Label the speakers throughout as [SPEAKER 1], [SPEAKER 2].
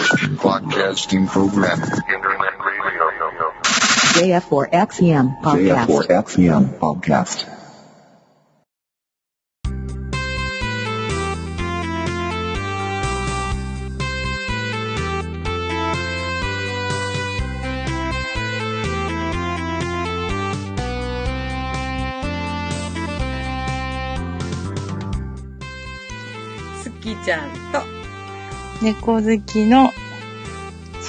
[SPEAKER 1] Podcasting program.
[SPEAKER 2] Internet radio.
[SPEAKER 3] JF4XEM podcast.
[SPEAKER 1] JF4XEM podcast.
[SPEAKER 4] スキちゃんと
[SPEAKER 5] 猫好きの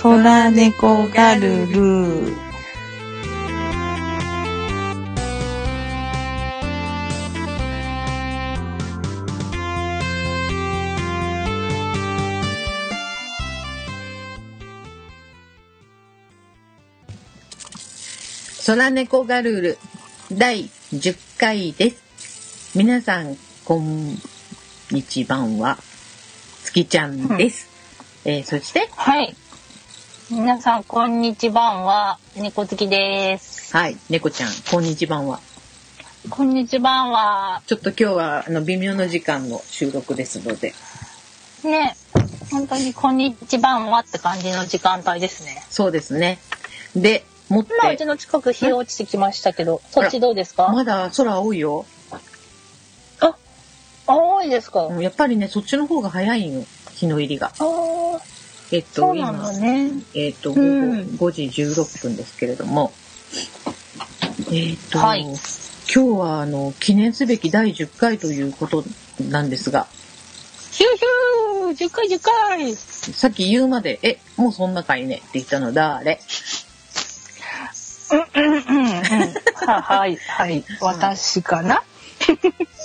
[SPEAKER 5] 空猫ガルル。
[SPEAKER 4] 空猫ガルール第10回です。皆さん、こんにちばんは、月ちゃんです。えーそして、
[SPEAKER 5] はい。皆さん、こんにちばんは、猫好きです。
[SPEAKER 4] はい、猫ちゃん、こんにちばんは。
[SPEAKER 5] こんにちばんは、
[SPEAKER 4] ちょっと今日は、あの、微妙な時間の収録ですので、
[SPEAKER 5] ね、本当にこんにちばんはって感じの時間帯ですね。
[SPEAKER 4] そうですね。で、持って、
[SPEAKER 5] 今、うちの近く日落ちてきましたけど、そっちどうですか
[SPEAKER 4] まだ空青いよ。
[SPEAKER 5] あ、多いですか、
[SPEAKER 4] う
[SPEAKER 5] あ
[SPEAKER 4] んやっぱりね、そっちの方が早いんよ、日の入りが。
[SPEAKER 5] ー
[SPEAKER 4] えっ
[SPEAKER 5] そ
[SPEAKER 4] と、
[SPEAKER 5] うなん
[SPEAKER 4] 今
[SPEAKER 5] だ、ね。
[SPEAKER 4] えっ、と、午
[SPEAKER 5] うん
[SPEAKER 4] 後5時16分ですけれども、えっ、と、
[SPEAKER 5] はい
[SPEAKER 4] 今日はあの、記念すべき第10回ということなんですが、
[SPEAKER 5] ヒューヒュー !10 回10回
[SPEAKER 4] さっき言うまで、え、もうそんな回ねって言ったの誰
[SPEAKER 5] うんうんうんうん。ははい、はい。 私かな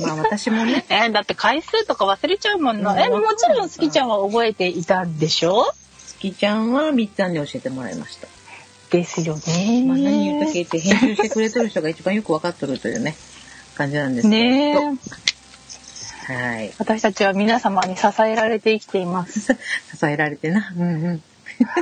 [SPEAKER 4] まあ私も ね、
[SPEAKER 5] えーだって回数とか忘れちゃうもんな。え
[SPEAKER 4] うん
[SPEAKER 5] もちろん好きちゃんは覚えていたんでしょ
[SPEAKER 4] つきちゃんはみっちゃんに教えてもらいました。
[SPEAKER 5] ですよね。
[SPEAKER 4] まあ何言ったっけって編集してくれてる人が一番よくわかっとるというね、感じなんですけど。
[SPEAKER 5] ねえ。
[SPEAKER 4] はい。
[SPEAKER 5] 私たちは皆様に支えられて生きています。
[SPEAKER 4] 支えられてな。うんうん。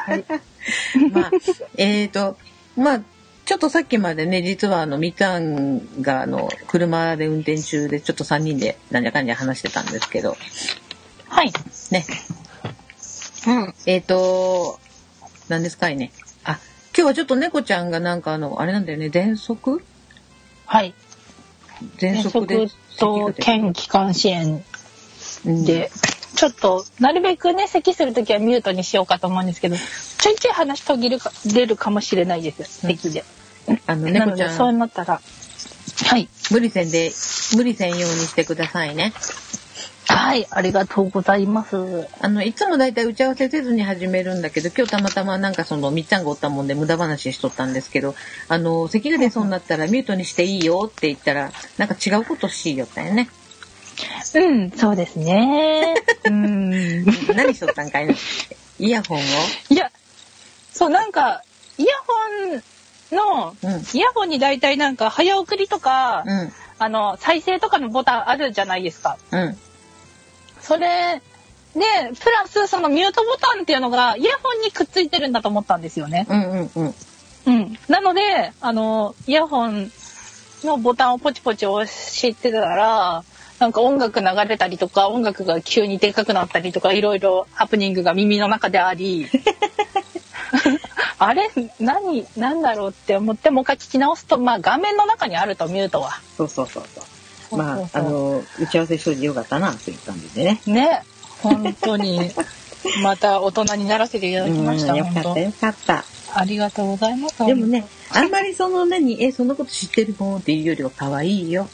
[SPEAKER 5] はい。
[SPEAKER 4] まあ、えーと、まあ、ちょっとさっきまでね、実はあの、みかんが、あの、車で運転中で、ちょっと3人で、なんじゃかんじゃ話してたんですけど、
[SPEAKER 5] はい。
[SPEAKER 4] ね、
[SPEAKER 5] うん。
[SPEAKER 4] えーと、何ですかいね。あ、今日はちょっと猫ちゃんがなんかあの、あれなんだよね、喘息
[SPEAKER 5] はい。
[SPEAKER 4] 喘
[SPEAKER 5] 遠
[SPEAKER 4] 息で
[SPEAKER 5] 足。と県機関支援
[SPEAKER 4] うん
[SPEAKER 5] で、ちょっと、なるべくね、咳するときはミュートにしようかと思うんですけど、ちょいちょい話途切れか出るかもしれないですよ、咳で。
[SPEAKER 4] あの、
[SPEAKER 5] な
[SPEAKER 4] 猫
[SPEAKER 5] の
[SPEAKER 4] ち
[SPEAKER 5] で、そ
[SPEAKER 4] ゃ、
[SPEAKER 5] うんなったら、はい。
[SPEAKER 4] 無理せんで、無理せんようにしてくださいね。
[SPEAKER 5] はい、ありがとうございます。
[SPEAKER 4] あの、いつもだいたい打ち合わせせずに始めるんだけど、今日たまたまなんかその、みっちゃんがおったもんで無駄話しとったんですけど、あの、咳が出そうになったらミュートにしていいよって言ったら、なんか違うことしよったよね。
[SPEAKER 5] うん、そうですね。うん。
[SPEAKER 4] 何しとったんか いな。イヤホンを
[SPEAKER 5] いや、そう、なんか、イヤホンの、
[SPEAKER 4] うん
[SPEAKER 5] イヤホンに大体なんか、早送りとか、
[SPEAKER 4] うん、
[SPEAKER 5] あの、再生とかのボタンあるじゃないですか。
[SPEAKER 4] うん、
[SPEAKER 5] それ、で、プラスそのミュートボタンっていうのが、イヤホンにくっついてるんだと思ったんですよね。
[SPEAKER 4] うん、うん、うん。
[SPEAKER 5] うん。なので、あの、イヤホンのボタンをポチポチ押してたら、なんか音楽流れたりとか、音楽が急にでかくなったりとか、いろいろハプニングが耳の中で あり、あれ何、なんだろうって思って、もう一回聞き直すと、まあ画面の中にあるとミュートは。
[SPEAKER 4] そうそうそうそう。ま
[SPEAKER 5] そう
[SPEAKER 4] あ、
[SPEAKER 5] そ
[SPEAKER 4] あ
[SPEAKER 5] うそう
[SPEAKER 4] の、打ち合わせしといてよかったな、という感じでね。
[SPEAKER 5] ね、本当に、 また大人にならせていただきました、
[SPEAKER 4] うんよかっ
[SPEAKER 5] 本
[SPEAKER 4] た、
[SPEAKER 5] 当。
[SPEAKER 4] よかった。
[SPEAKER 5] ありがとうございます。
[SPEAKER 4] でもね、あんまりその何、え、そんなこと知ってるのっていうよりは可愛いよ。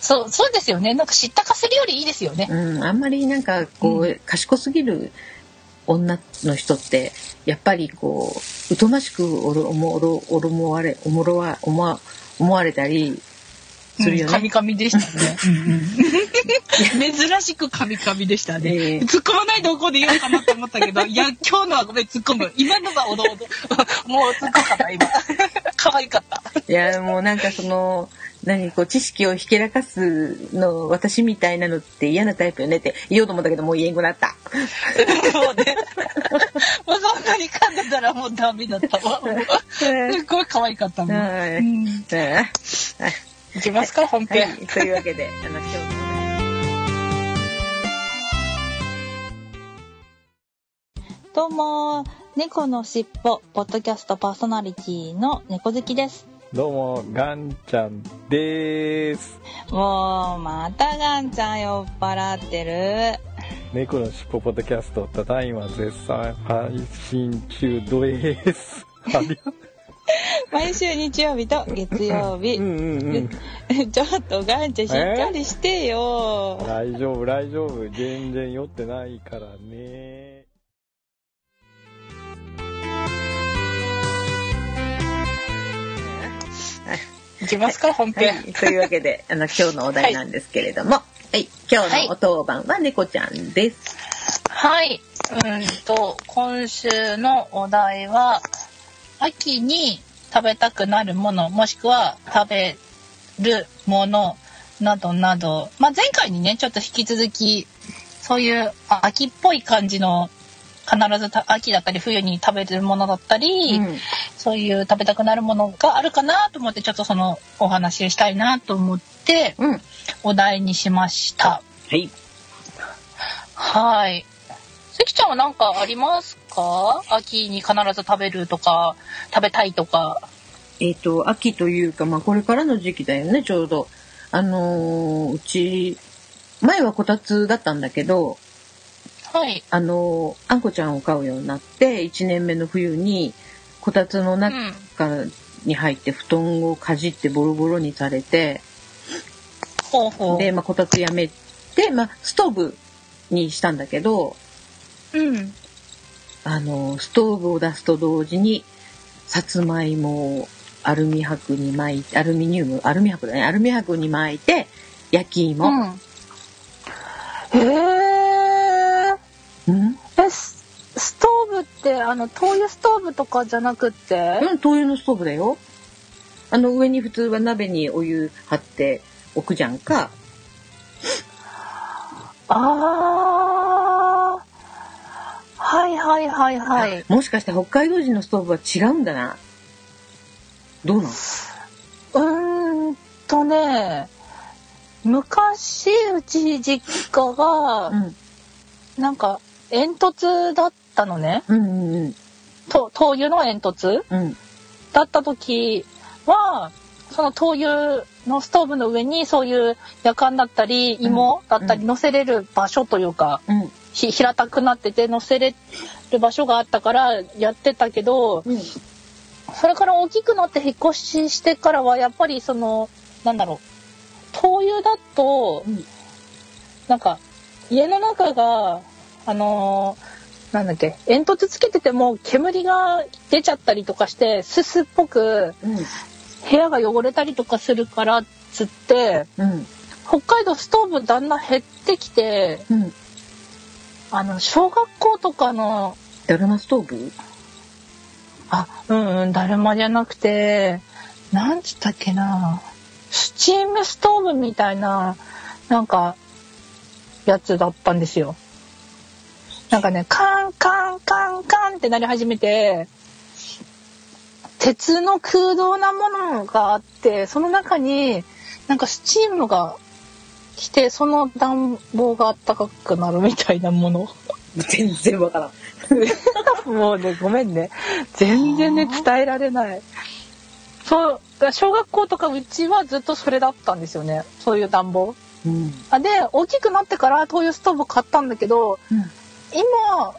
[SPEAKER 5] そう、そうですよね。なんか知ったかするよりいいですよね。
[SPEAKER 4] うん、あんまりなんかこう、賢すぎる女の人ってやっぱりこう疎ましくおろおもおろおろもわれおもろわ思わ思われたりするよ
[SPEAKER 5] カ
[SPEAKER 4] ね
[SPEAKER 5] ミ。カミでしたね。珍しくカミカミでした
[SPEAKER 4] ええ
[SPEAKER 5] ね。突っ込まない動向で言うかなと思った けど、いや、 今日のはごめん、突っ込む。今のはおどおど。もう突っ込んだ、今。可愛かった。
[SPEAKER 4] いやもうなんかその何こう知識をひけらかすの私みたいなのって嫌なタイプよねって言おうと思ったけどもう言えんくなった。
[SPEAKER 5] そうね。もうそんなに噛んでたらもうダメだっ たわ。すごい可愛かったもん。
[SPEAKER 4] はい
[SPEAKER 5] うん
[SPEAKER 4] うんはい
[SPEAKER 5] いきますか、本編。
[SPEAKER 4] というわけであの今日の。
[SPEAKER 6] どうも猫のしっぽポッドキャストパーソナリティの猫好きです
[SPEAKER 7] どうも、ガンちゃんでーす。
[SPEAKER 6] もうまたガンちゃん酔っ払 ってる
[SPEAKER 7] 猫のしっぽポッドキャスト、ただいま絶賛配信中です。あり
[SPEAKER 6] 毎週日曜日と月曜日、
[SPEAKER 7] うんうんう ん。
[SPEAKER 6] ちょっとガンちゃんしっかりしてよ、
[SPEAKER 7] 大丈夫、大丈夫。全然酔ってないからね。
[SPEAKER 5] いきますか、本
[SPEAKER 4] は
[SPEAKER 5] 編。
[SPEAKER 4] い、というわけで、あの、今日のお題なんですけれども、はい、今日のお当番は猫ちゃんです。
[SPEAKER 5] はい。うんと、今週のお題は、秋に食べたくなるもの、もしくは食べるものなどなど、まあ、前回にね、ちょっと引き続き、そういうあ秋っぽい感じの、必ずた秋だったり冬に食べるものだったり、
[SPEAKER 4] うん
[SPEAKER 5] そういう食べたくなるものがあるかなと思って、ちょっとそのお話をしたいなと思って、
[SPEAKER 4] うん
[SPEAKER 5] お題にしました。
[SPEAKER 4] はい。
[SPEAKER 5] はい。関ちゃんは何かありますか秋に必ず食べるとか、食べたいとか。
[SPEAKER 4] えっ、と、秋というか、まあ、これからの時期だよね、ちょうど。あのーうち、前はこたつだったんだけど、
[SPEAKER 5] はい。
[SPEAKER 4] あのーあんこちゃんを飼うようになって、1年目の冬に、こたつの
[SPEAKER 5] う
[SPEAKER 4] 中
[SPEAKER 5] ん。
[SPEAKER 4] に入って、布団をかじってボロボロにされて、
[SPEAKER 5] ほうほ
[SPEAKER 4] で、まあ、こたつやめて、まあ、ストーブにしたんだけど、
[SPEAKER 5] う。うん。
[SPEAKER 4] あの、ストーブを出すと同時に、さつまいもをアルミ箔に巻いて、アルミニウム、アルミ箔だね、アルミ箔に巻いて、焼き
[SPEAKER 5] う
[SPEAKER 4] 芋。
[SPEAKER 5] ん。へー
[SPEAKER 4] うん、
[SPEAKER 5] え、スストーブって、あの、灯油ストーブとかじゃなくって
[SPEAKER 4] うん、灯油のストーブだよ。あの、上に普通は鍋にお湯張っておくじゃんか。
[SPEAKER 5] あー。はいはいはいはい。
[SPEAKER 4] もしかして北海道人のストーブは違うんだな。どうなの
[SPEAKER 5] うーんとね、昔、うち実家が、
[SPEAKER 4] うん、
[SPEAKER 5] なんか煙突だったのね
[SPEAKER 4] うん、うん、
[SPEAKER 5] と灯油の煙突
[SPEAKER 4] うん、
[SPEAKER 5] だった時はその灯油のストーブの上にそういう夜間だったり芋だったり乗せれる場所というか、
[SPEAKER 4] うん、
[SPEAKER 5] ひ平たくなってて乗せれる場所があったからやってたけど
[SPEAKER 4] うん、
[SPEAKER 5] それから大きくなって引っ越ししてからはやっぱりそのなんだろう灯油だと、
[SPEAKER 4] うん
[SPEAKER 5] なんか家の中があのーなんだっけ煙突つけてても煙が出ちゃったりとかしてすすっぽく
[SPEAKER 4] うん、
[SPEAKER 5] 部屋が汚れたりとかするからっつって
[SPEAKER 4] うん、
[SPEAKER 5] 北海道ストーブだんだん減ってきて
[SPEAKER 4] うん。
[SPEAKER 5] あの小学校とかの
[SPEAKER 4] だるまストーブ
[SPEAKER 5] あ、うんうん、だるまじゃなくて、なんつったっけな、スチームストーブみたいな、なんか、やつだったんですよ。なんかね、カンカンカンカンってなり始めて、鉄の空洞なものがあって、その中になんかスチームが来て、その暖房があったかくなるみたいなもの。
[SPEAKER 4] 全然わからん。
[SPEAKER 5] もうね、ごめんね。全然ね、伝えられない。そう、だから小学校とかうちはずっとそれだったんですよね。そういう暖房。
[SPEAKER 4] うん、
[SPEAKER 5] あで、大きくなってから灯油ストーブ買ったんだけど、
[SPEAKER 4] うん
[SPEAKER 5] 今、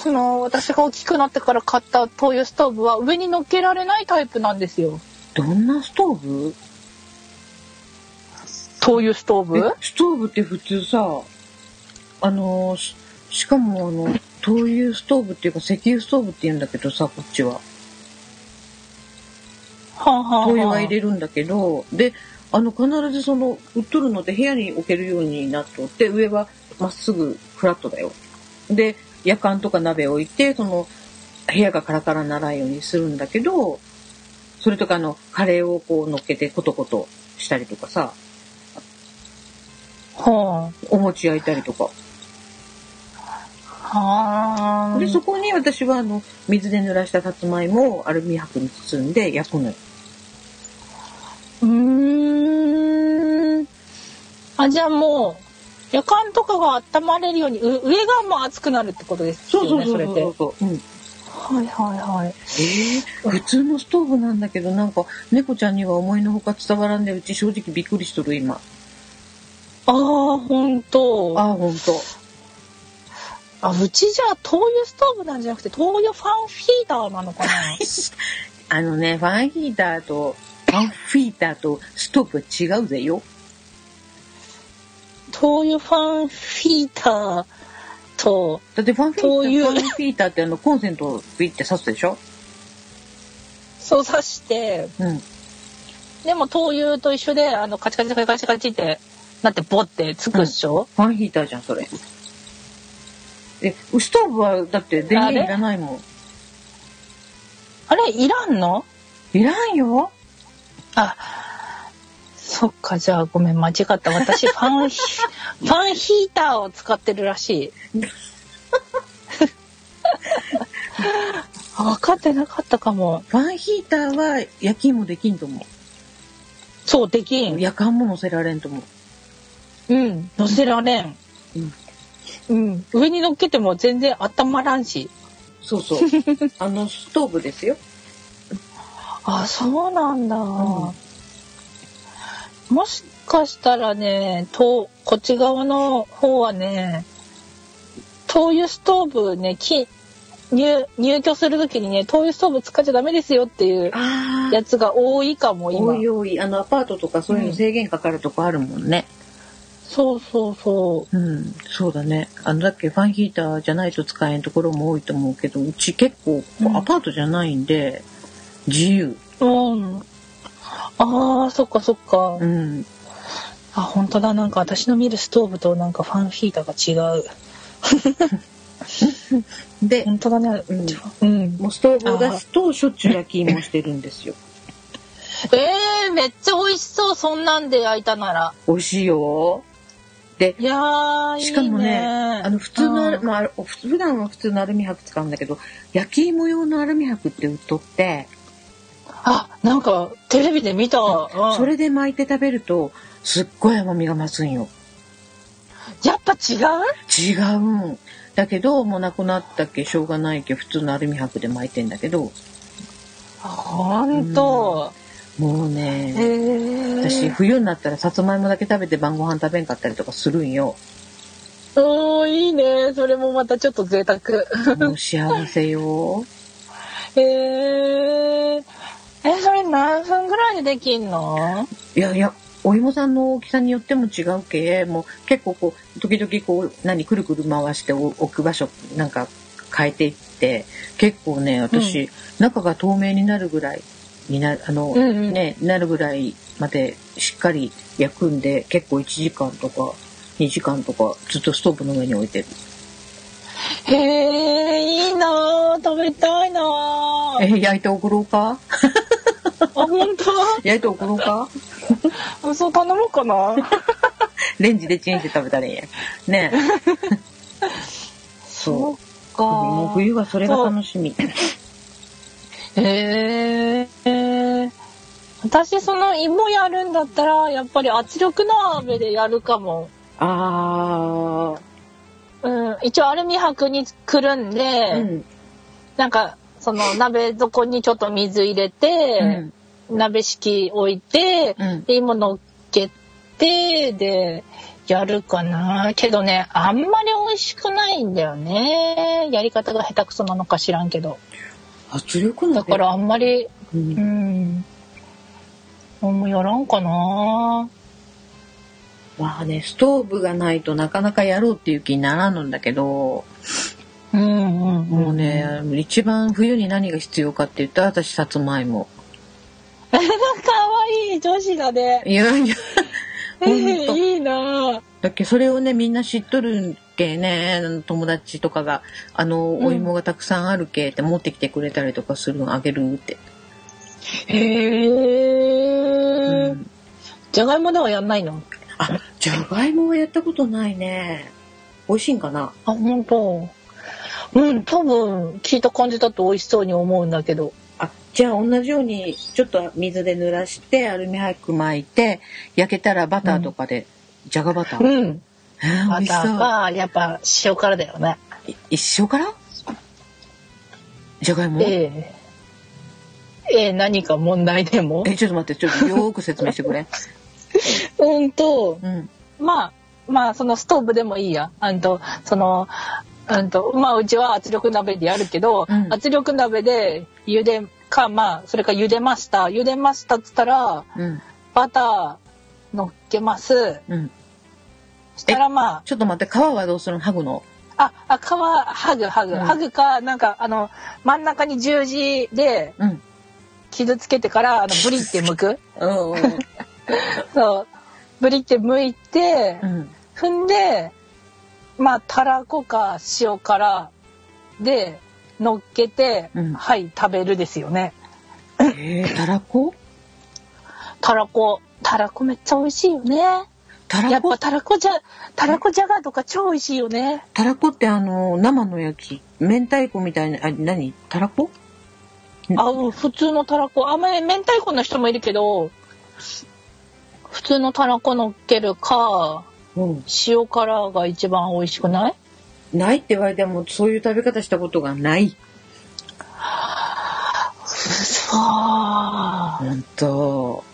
[SPEAKER 5] その、私が大きくなってから買った灯油ストーブは上に乗っけられないタイプなんですよ。
[SPEAKER 4] どんなストーブ
[SPEAKER 5] 灯油ストー
[SPEAKER 4] え
[SPEAKER 5] ブ
[SPEAKER 4] ストーブって普通さあのーししかもあの灯油ストーブっていうか石油ストーブって言うんだけどさこっちは
[SPEAKER 5] はあ、はあはあ
[SPEAKER 4] 灯油は入れるんだけどであの必ずその売っとるので部屋に置けるようになっとって上はまっすぐフラットだよで夜間とか鍋置いてその部屋がカラカラにならんようにするんだけどそれとかあのカレーをこう乗っけてコトコトしたりとかさ
[SPEAKER 5] は
[SPEAKER 4] お餅焼いたりとか
[SPEAKER 5] あ。はあ。
[SPEAKER 4] で、そこに私はあの、水で濡らしたさつまいもをアルミ箔に包んで焼くのよ。
[SPEAKER 5] うーん。あ、じゃあもう、夜間とかが温まれるようにう上がもう熱くなるってことです
[SPEAKER 4] そう
[SPEAKER 5] よ
[SPEAKER 4] そう
[SPEAKER 5] ね
[SPEAKER 4] そ
[SPEAKER 5] そうれって。
[SPEAKER 4] そう、うん、
[SPEAKER 5] はいはいはい。
[SPEAKER 4] えー普通のストーブなんだけどなんか猫ちゃんには思いのほか伝わらんでうち正直びっくりしとる今
[SPEAKER 5] ああ本当。あ
[SPEAKER 4] ああほんと
[SPEAKER 5] うちじゃあ灯油ストーブなんじゃなくて灯油ファンフィーダーなのかな。
[SPEAKER 4] あのねファンヒーターとファンフィーターとストーブは違うぜよ
[SPEAKER 5] 灯油ファンフィーターと
[SPEAKER 4] だってファンフィータ
[SPEAKER 5] そうい
[SPEAKER 4] ー
[SPEAKER 5] う
[SPEAKER 4] ファンフィーターってあのコンセントをピッて刺すでしょ
[SPEAKER 5] そうさして
[SPEAKER 4] うん
[SPEAKER 5] でも灯油と一緒であのカチカチカチカチカチってなってボってつくでしょ、
[SPEAKER 4] ファンヒーターじゃんそれえストーブはだって電源いらないも
[SPEAKER 5] あれいらんの
[SPEAKER 4] んいらんよ
[SPEAKER 5] あそっかじゃあごめん間違った私ファンヒファンヒーターを使ってるらし い分かってなかったかも
[SPEAKER 4] ファンヒーターは夜勤もできんと思
[SPEAKER 5] そうでき
[SPEAKER 4] うん夜間も乗せられんと思う
[SPEAKER 5] うん乗せられん
[SPEAKER 4] うん
[SPEAKER 5] うん、上に乗っけても全然温まらんし
[SPEAKER 4] そう そうあのストーブですよ
[SPEAKER 5] あ、そうなんだ。
[SPEAKER 4] ん
[SPEAKER 5] もしかしたらね、とこっち側の方はね、灯油ストーブね、き入入居する時にね、灯油ストーブ使っちゃダメですよっていう
[SPEAKER 4] あ
[SPEAKER 5] やつが多いかも
[SPEAKER 4] お
[SPEAKER 5] 今。
[SPEAKER 4] いおいあのアパートとかそういうの制限かかるとこあるもんね
[SPEAKER 5] そうそうそ
[SPEAKER 4] うん、そうだねあのだっけファンヒーターじゃないと使えんところも多いと思うけどうち結構
[SPEAKER 5] うん
[SPEAKER 4] アパートじゃないんで自由
[SPEAKER 5] う。うん。ああ、そっかそっか。
[SPEAKER 4] うん
[SPEAKER 5] あ、本当だ。なんか私の見るストーブとなんかファンヒーターが違う。
[SPEAKER 4] で
[SPEAKER 5] 本当だね。
[SPEAKER 4] うん
[SPEAKER 5] うん。
[SPEAKER 4] もうストーブを出すとしょっちゅう夜勤もしてるんですよ
[SPEAKER 5] えー、めっちゃ美味しそうそんなんで焼いたなら
[SPEAKER 4] 美味しいよで
[SPEAKER 5] いやー
[SPEAKER 4] しかもね
[SPEAKER 5] いいね
[SPEAKER 4] あの普通のある、
[SPEAKER 5] うん
[SPEAKER 4] まあ、普段は普通のアルミ箔使うんだけど焼き芋用のアルミ箔って売っとって
[SPEAKER 5] あなんかテレビで見た、うん
[SPEAKER 4] それで巻いて食べるとすっごい甘みが増すんよ
[SPEAKER 5] やっぱ違う
[SPEAKER 4] 違うんだけどもうなくなったっけしょうがないっけ普通のアルミ箔で巻いてんだけど
[SPEAKER 5] ほんと、
[SPEAKER 4] もう
[SPEAKER 5] え
[SPEAKER 4] ね
[SPEAKER 5] ー、
[SPEAKER 4] 私
[SPEAKER 5] う
[SPEAKER 4] 冬になったらさつまいもだけ食べて晩ご飯食べんかったりとかするんよ
[SPEAKER 5] おーいいねそれもまたちょっと贅沢
[SPEAKER 4] もう幸せよ
[SPEAKER 5] えー、えそれ何分ぐらいでできんの
[SPEAKER 4] いやいやお芋さんの大きさによっても違うけもう結構こう時々こう何くるくる回してお置く場所なんか変えていって結構ね私、中が透明になるぐらいになあの、
[SPEAKER 5] うんうん
[SPEAKER 4] ねなるぐらいまでしっかり焼くんで結構1時間とか2時間とかずっとストーブの上に置いてる
[SPEAKER 5] へえいいなー食べたいなー
[SPEAKER 4] え焼いて送ろうか
[SPEAKER 5] あ本当
[SPEAKER 4] 焼いて送ろうか
[SPEAKER 5] そう頼もうか な
[SPEAKER 4] レンジでチンして食べたらいいやねえそう
[SPEAKER 5] うか
[SPEAKER 4] もう冬はそれが楽しみ
[SPEAKER 5] へえ。私その芋やるんだったらやっぱり圧力鍋でやるかも。
[SPEAKER 4] あ
[SPEAKER 5] うん、一応アルミ箔にくるんで、
[SPEAKER 4] あ、うん、
[SPEAKER 5] なんかその鍋底にちょっと水入れて、鍋敷き置いて、
[SPEAKER 4] うん
[SPEAKER 5] で芋乗っけてでやるかなけどねあんまり美味しくないんだよねやり方が下手くそなのか知らんけど
[SPEAKER 4] 圧力鍋
[SPEAKER 5] だからあんまり
[SPEAKER 4] う、
[SPEAKER 5] うんん。あんまやらんかな。
[SPEAKER 4] まあねストーブがないとなかなかやろうっていう気にならんのんだけど
[SPEAKER 5] うんうん、
[SPEAKER 4] もう。ね、一番冬に何が必要かって言ったら私さつまいも
[SPEAKER 5] かわいい女子だね。
[SPEAKER 4] いやいや
[SPEAKER 5] えー、いいな。
[SPEAKER 4] だっけそれをねみんな知っとるんけね友達とかがあの
[SPEAKER 5] うん
[SPEAKER 4] お芋がたくさんあるけって持ってきてくれたりとかするのあげるって、
[SPEAKER 5] へえ
[SPEAKER 4] う
[SPEAKER 5] ー。
[SPEAKER 4] ん
[SPEAKER 5] じゃがいもではやんないの。
[SPEAKER 4] あじゃがいもはやったことないね美味しいんかな
[SPEAKER 5] あ、本当。うん、多分聞いた感じだと美味しそうに思うんだけど。
[SPEAKER 4] あじゃあ同じようにちょっと水で濡らしてアルミ箔巻いて焼けたらバターとかで、じゃがバター、
[SPEAKER 5] うん。
[SPEAKER 4] えー美
[SPEAKER 5] バ
[SPEAKER 4] 味し
[SPEAKER 5] タ
[SPEAKER 4] そ
[SPEAKER 5] ー
[SPEAKER 4] う。
[SPEAKER 5] か、やっぱ塩辛だよね。
[SPEAKER 4] い一生からじゃがいもえ、
[SPEAKER 5] ええええ何か問題で も
[SPEAKER 4] ちょっと待って、ちょっとよーく説明してくれ。
[SPEAKER 5] うんと、
[SPEAKER 4] うん。
[SPEAKER 5] まあ、まあ、そのストーブでもいいや。あんと、その、うんと、まあ、うちは圧力鍋でやるけど、
[SPEAKER 4] うん
[SPEAKER 5] 圧力鍋で茹でか、まあ、それか茹でました。茹でましたっつったら、
[SPEAKER 4] うん。
[SPEAKER 5] バター乗っけます。
[SPEAKER 4] うん。
[SPEAKER 5] したらまあ、
[SPEAKER 4] ちょっと待って、皮はどうするの剥ぐの
[SPEAKER 5] あ、あ、皮、ハグ、ハグ、
[SPEAKER 4] うん
[SPEAKER 5] ハグか、なんか、あの、真ん中に十字で
[SPEAKER 4] うん。
[SPEAKER 5] 傷つけてから、あの、ブリって 剥く。
[SPEAKER 4] うん。
[SPEAKER 5] そう。ブリって剥いて、
[SPEAKER 4] うん。
[SPEAKER 5] 踏んでまあたらこか塩辛で乗っけて、
[SPEAKER 4] うん
[SPEAKER 5] はい食べるですよね
[SPEAKER 4] えー、たらこ
[SPEAKER 5] たらこたらこめっちゃ美味しいよね
[SPEAKER 4] た
[SPEAKER 5] や
[SPEAKER 4] ら
[SPEAKER 5] っぱ
[SPEAKER 4] こ
[SPEAKER 5] たらこじゃたらこじゃがとか超美味しいよね
[SPEAKER 4] たらこってあの、生のやつ、明太子みたいな、あ、何たらこ
[SPEAKER 5] あうん普通のたらこあんまり明太子の人もいるけど普通のたらこ乗っけるか
[SPEAKER 4] うん。
[SPEAKER 5] 塩辛が一番美味しくない
[SPEAKER 4] ないって言われても、そういう食べ方したことがない。
[SPEAKER 5] そう
[SPEAKER 4] ほんと。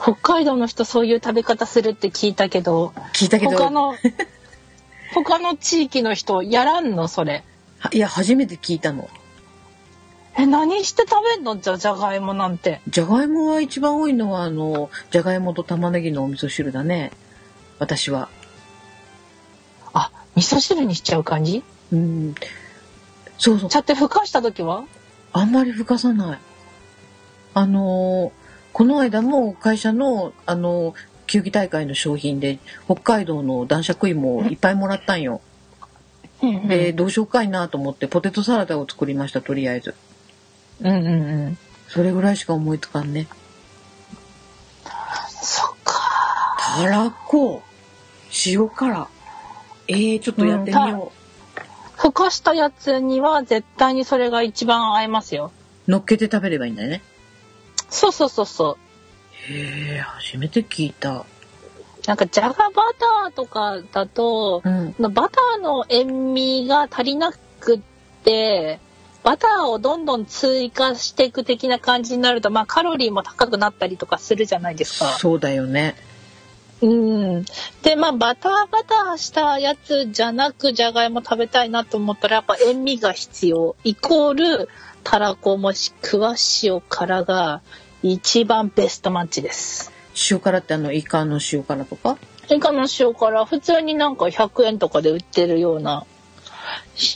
[SPEAKER 5] 北海道の人そういう食べ方するって聞いたけど
[SPEAKER 4] 聞いたけど。
[SPEAKER 5] 他 の他の地域の人やらんのそれ
[SPEAKER 4] はいや、初めて聞いたの。
[SPEAKER 5] え何して食べんのじゃじゃがいもなんて
[SPEAKER 4] じゃがいもは一番多いのは、あの、じゃがいもと玉ねぎのお味噌汁だね。私は。
[SPEAKER 5] あ味噌汁にしちゃう感じ
[SPEAKER 4] うん。そうそう
[SPEAKER 5] ち。ゃってふかした時は
[SPEAKER 4] あんまりふかさない。あのーこの間も会社の、あのー球技大会の商品で、北海道の男爵芋をいっぱいもらったんよ。
[SPEAKER 5] うん
[SPEAKER 4] で、どうしようかいなと思って、ポテトサラダを作りました、とりあえず。
[SPEAKER 5] うんうん
[SPEAKER 4] それぐらいしか思いつかんね。
[SPEAKER 5] そっか
[SPEAKER 4] たらこ、塩辛。えー、ちょっとやってみよ
[SPEAKER 5] ふかしたやつには絶対にそれが一番合いますよ
[SPEAKER 4] う。乗っけて食べればいいんだよね。
[SPEAKER 5] そうそうそうそう
[SPEAKER 4] へえ、初めて聞いた。
[SPEAKER 5] なんかじゃがバターとかだと
[SPEAKER 4] うん。
[SPEAKER 5] バターの塩味が足りなくってバターをどんどん追加していく的な感じになると、まあ、カロリーも高くなったりとかするじゃないですか。
[SPEAKER 4] そうだよね。
[SPEAKER 5] うん、でまあバターバターしたやつじゃなくじゃがいも食べたいなと思ったらやっぱ塩味が必要イコールたらこもしくは塩辛が一番ベストマッチです。
[SPEAKER 4] 塩辛ってあの、イカの塩辛とか
[SPEAKER 5] イカの塩辛普通になんか100円とかで売ってるような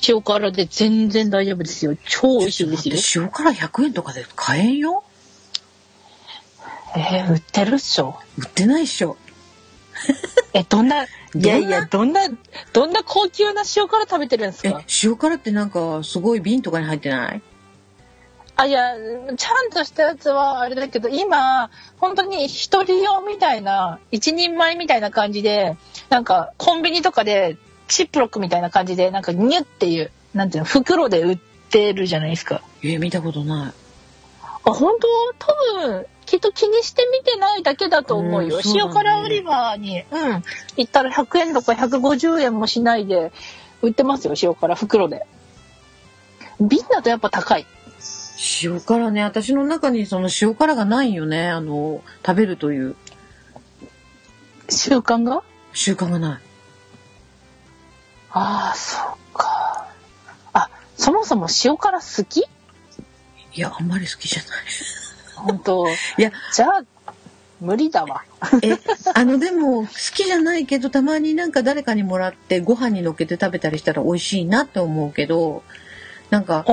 [SPEAKER 5] 塩辛で全然大丈夫ですよ超美味しいですよ
[SPEAKER 4] ちょっと待って塩辛100円とかで買えんよ
[SPEAKER 5] えー売ってるっしょ
[SPEAKER 4] 売ってないっしょ。
[SPEAKER 5] えどんないやい
[SPEAKER 4] どん
[SPEAKER 5] やどんなどんな高級な塩辛食べてるんです
[SPEAKER 4] え
[SPEAKER 5] か、
[SPEAKER 4] 塩辛ってなんか、すごい瓶とかに入ってない
[SPEAKER 5] あいやちゃんとしたやつはあれだけど今本当に一人用みたいな一人前みたいな感じでなんかコンビニとかでチップロックみたいな感じでなんかニュっていうなんていうの袋で売ってるじゃないですか
[SPEAKER 4] え、見たことない。
[SPEAKER 5] あ本当多分きっと気にして見てないだけだと思うよ、
[SPEAKER 4] うんそうだね
[SPEAKER 5] 塩辛売り場に、うん、行ったら100円とか150円もしないで売ってますよ塩辛袋で瓶だとやっぱ高い
[SPEAKER 4] 塩辛ね、私の中にその塩辛がないよね。あの、食べるという
[SPEAKER 5] 習慣が
[SPEAKER 4] 習慣がない。
[SPEAKER 5] ああそうかあそもそも塩辛好き
[SPEAKER 4] いや、あんまり好きじゃない。
[SPEAKER 5] 本当
[SPEAKER 4] いや、
[SPEAKER 5] じゃあ無理だわ
[SPEAKER 4] え、あの、でも、好きじゃないけど、たまになんか誰かにもらって、ご飯に乗っけて食べたりしたら美味しいなって思うけど、なんか、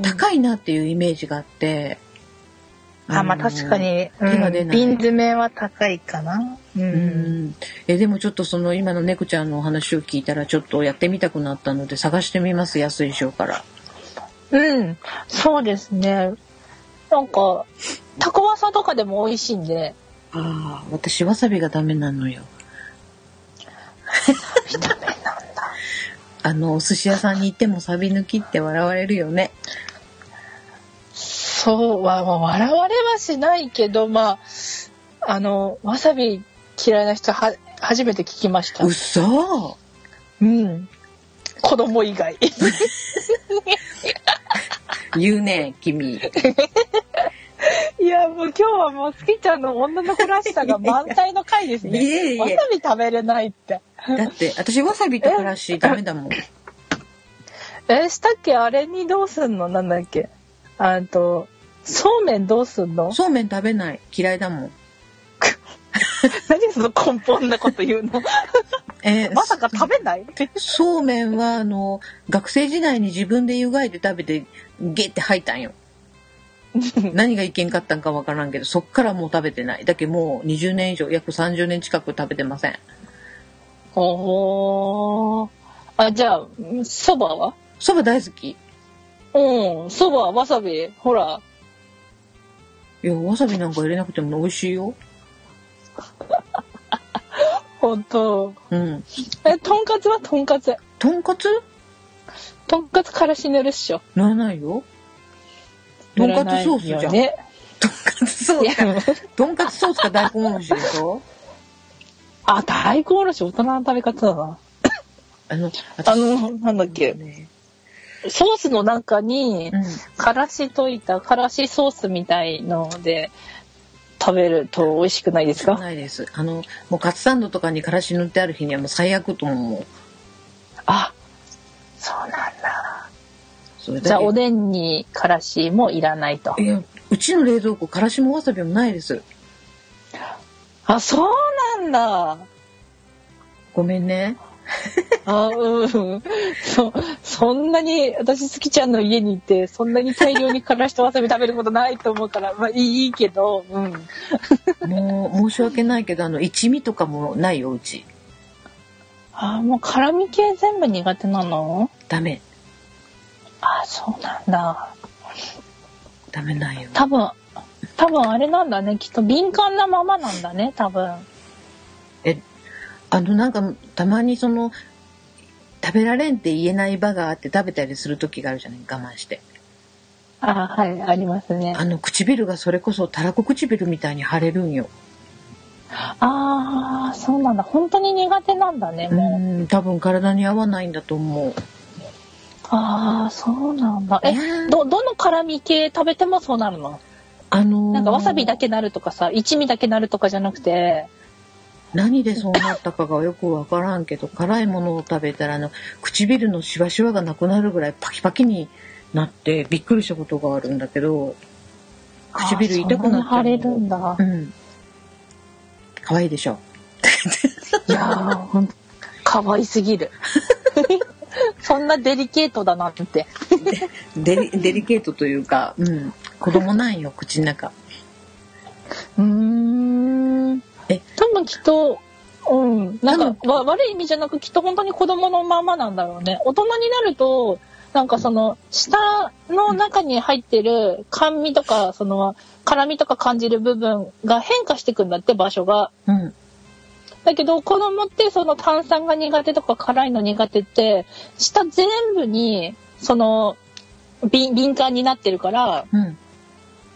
[SPEAKER 4] 高いなっていうイメージがあって。
[SPEAKER 5] あまあ
[SPEAKER 4] の
[SPEAKER 5] 確か。に、
[SPEAKER 4] 手が出ない
[SPEAKER 5] 瓶詰めは高いかな
[SPEAKER 4] う、ん。え、でもちょっとその今の猫ちゃんのお話を聞いたら、ちょっとやってみたくなったので、探してみます、安い塩から。
[SPEAKER 5] うん、そうですね。なんか、タコワサとかでも美味しいんで、
[SPEAKER 4] ああ、私、わさびがダメなのよ。
[SPEAKER 5] ビタミンなんだ。
[SPEAKER 4] あの、お寿司屋さんに行ってもサビ抜きって笑われるよね。
[SPEAKER 5] そうは、まあ笑われはしないけど、まあ、あの、わさび嫌いな人は、初めて聞きました
[SPEAKER 4] う。そ
[SPEAKER 5] うん。子供以外。
[SPEAKER 4] 言うね君
[SPEAKER 5] いや、もう今日はもう、月ちゃんの女の子らしさが 満載の回ですね。
[SPEAKER 4] いえいえ
[SPEAKER 5] わさび食べれないって。
[SPEAKER 4] だって私わさびとからしダメだもん
[SPEAKER 5] え、したっけあれにどうすんのなんだっけあと、そうめんどうすんの
[SPEAKER 4] そうめん食べない嫌いだもん
[SPEAKER 5] 何その根本なこと言う の
[SPEAKER 4] えー
[SPEAKER 5] まさか食べない
[SPEAKER 4] そうめんはあの学生時代に自分で湯がいて食べてゲって吐いたん よ何がいけんかったんかわからんけどそっからもう食べてないだけどもう20年以上約30年近く食べてません
[SPEAKER 5] おー。あ、じゃあ、そばは
[SPEAKER 4] そば大好きい
[SPEAKER 5] うん、そば、わさび、ほら。
[SPEAKER 4] やわさびなんか入れなくても美味しいよ
[SPEAKER 5] ほんと。
[SPEAKER 4] うん
[SPEAKER 5] え、とんかつはとんかつ。
[SPEAKER 4] とんかつ
[SPEAKER 5] とんかつからし塗るっしょ。
[SPEAKER 4] ならないよとんかつソースじゃん、
[SPEAKER 5] 塗らないよね。
[SPEAKER 4] とんかつソースかとんかつソースか大根おろしでしょ
[SPEAKER 5] あ、大根おろし大人の食べ方だな。
[SPEAKER 4] あの
[SPEAKER 5] あ
[SPEAKER 4] 私
[SPEAKER 5] の、なんだっけ。
[SPEAKER 4] ね
[SPEAKER 5] ソースの中に
[SPEAKER 4] う、ん
[SPEAKER 5] からし溶いたからしソースみたいので食べると美味しくないですか
[SPEAKER 4] ないですあのもうカツサンドとかにからし塗ってある日にはもう最悪と思う
[SPEAKER 5] あ、そうなんだ。
[SPEAKER 4] それだけ
[SPEAKER 5] じゃあ、おでんにからしもいらないと
[SPEAKER 4] い。やうちの冷蔵庫からしもわさびもないです
[SPEAKER 5] あ、そうなんだ。
[SPEAKER 4] ごめんね
[SPEAKER 5] あ、うん。そ、そんなに、私、月ちゃんの家に行って、そんなに大量にからしとわさび食べることないと思うから、まあ、いいいいけど、うん。
[SPEAKER 4] もう申し訳ないけどあの一味とかもないようち
[SPEAKER 5] あ、もう辛味系全部苦手なの
[SPEAKER 4] ダメ
[SPEAKER 5] あ、そうなんだ。
[SPEAKER 4] ダメないよ
[SPEAKER 5] 多分多分あれなんだねきっと敏感なままなんだね多分
[SPEAKER 4] あのなんかたまにその食べられんって言えない場があって食べたりする時があるじゃない我慢して
[SPEAKER 5] あはいありますね
[SPEAKER 4] あの唇がそれこそたらこ唇みたいに腫れるんよ
[SPEAKER 5] ああそうなんだ本当に苦手なんだね
[SPEAKER 4] う
[SPEAKER 5] もう、
[SPEAKER 4] ん多分体に合わないんだと思う
[SPEAKER 5] ああそうなんだえ
[SPEAKER 4] うん
[SPEAKER 5] どどの辛味系食べてもそうなるの
[SPEAKER 4] あのー
[SPEAKER 5] なんかわさびだけなるとかさ一味だけなるとかじゃなくて
[SPEAKER 4] 何でそうなったかがよくわからんけど辛いものを食べたらあの唇のシワシワがなくなるぐらいパキパキになってびっくりしたことがあるんだけど唇痛くなっ
[SPEAKER 5] あーそん
[SPEAKER 4] た
[SPEAKER 5] に腫れるんだ
[SPEAKER 4] うん可愛いでしょ
[SPEAKER 5] いやーほんかわいすぎる そんなデリケートだなって
[SPEAKER 4] デリデリケートというか、うん、子供なんよ口の中
[SPEAKER 5] うーん。
[SPEAKER 4] え
[SPEAKER 5] 多分きっと、うん。なん
[SPEAKER 4] 多
[SPEAKER 5] か、わ悪い意味じゃなく、きっと本当に子供のままなんだろうね。大人になると、なんかその、舌の中に入ってる甘味とか、その、辛味とか感じる部分が変化していくんだって、場所が。
[SPEAKER 4] うん
[SPEAKER 5] だけど、子供ってその炭酸が苦手とか辛いの苦手って、舌全部に、その、び敏感になってるから、
[SPEAKER 4] うん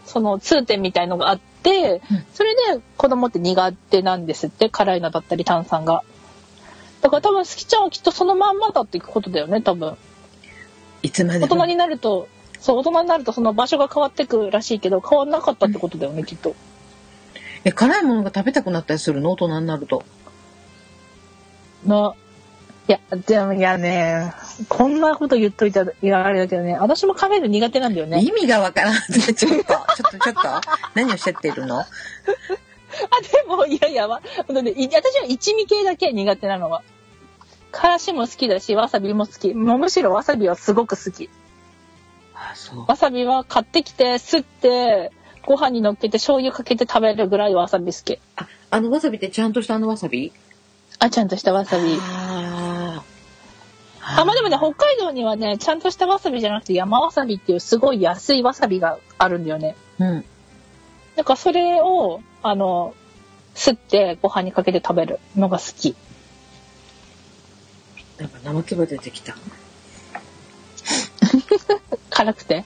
[SPEAKER 5] その痛点みたいのがあって、
[SPEAKER 4] うん
[SPEAKER 5] それで子供って苦手なんですって辛いのだったり炭酸がだから多分好きちゃんはきっとそのまんまだってことだよね多分
[SPEAKER 4] いつまでも
[SPEAKER 5] 大人になるとそう大人になるとその場所が変わってくらしいけど変わんなかったってことだよねきっと
[SPEAKER 4] え辛いものが食べたくなったりするの大人になると
[SPEAKER 5] ないやでもいやねこんなこと言っといたらいやあれだけどね私もカメル苦手なんだよね
[SPEAKER 4] 意味がわからん ちょっとちょっとちょっと何をおっしゃっているの
[SPEAKER 5] あでもいやいやわだってい私は一味系だけ苦手なのはからしも好きだしわさびも好きもうむしろわさびはすごく好き
[SPEAKER 4] あそう
[SPEAKER 5] わさびは買ってきて、すって、ご飯に乗っけて醤油かけて食べるぐらいわさび好き。
[SPEAKER 4] ああのわさびってちゃんとしたあのわさび
[SPEAKER 5] あ、ちゃんとしたわさび。
[SPEAKER 4] あ
[SPEAKER 5] あ、まあでもね、北海道にはね、ちゃんとしたわさびじゃなくて山わさびっていうすごい安いわさびがあるんだよね。
[SPEAKER 4] あ。うん。
[SPEAKER 5] だからそれを、あの、すってご飯にかけて食べるのが好き。
[SPEAKER 4] なんか生唾出てきた。
[SPEAKER 5] 辛くて。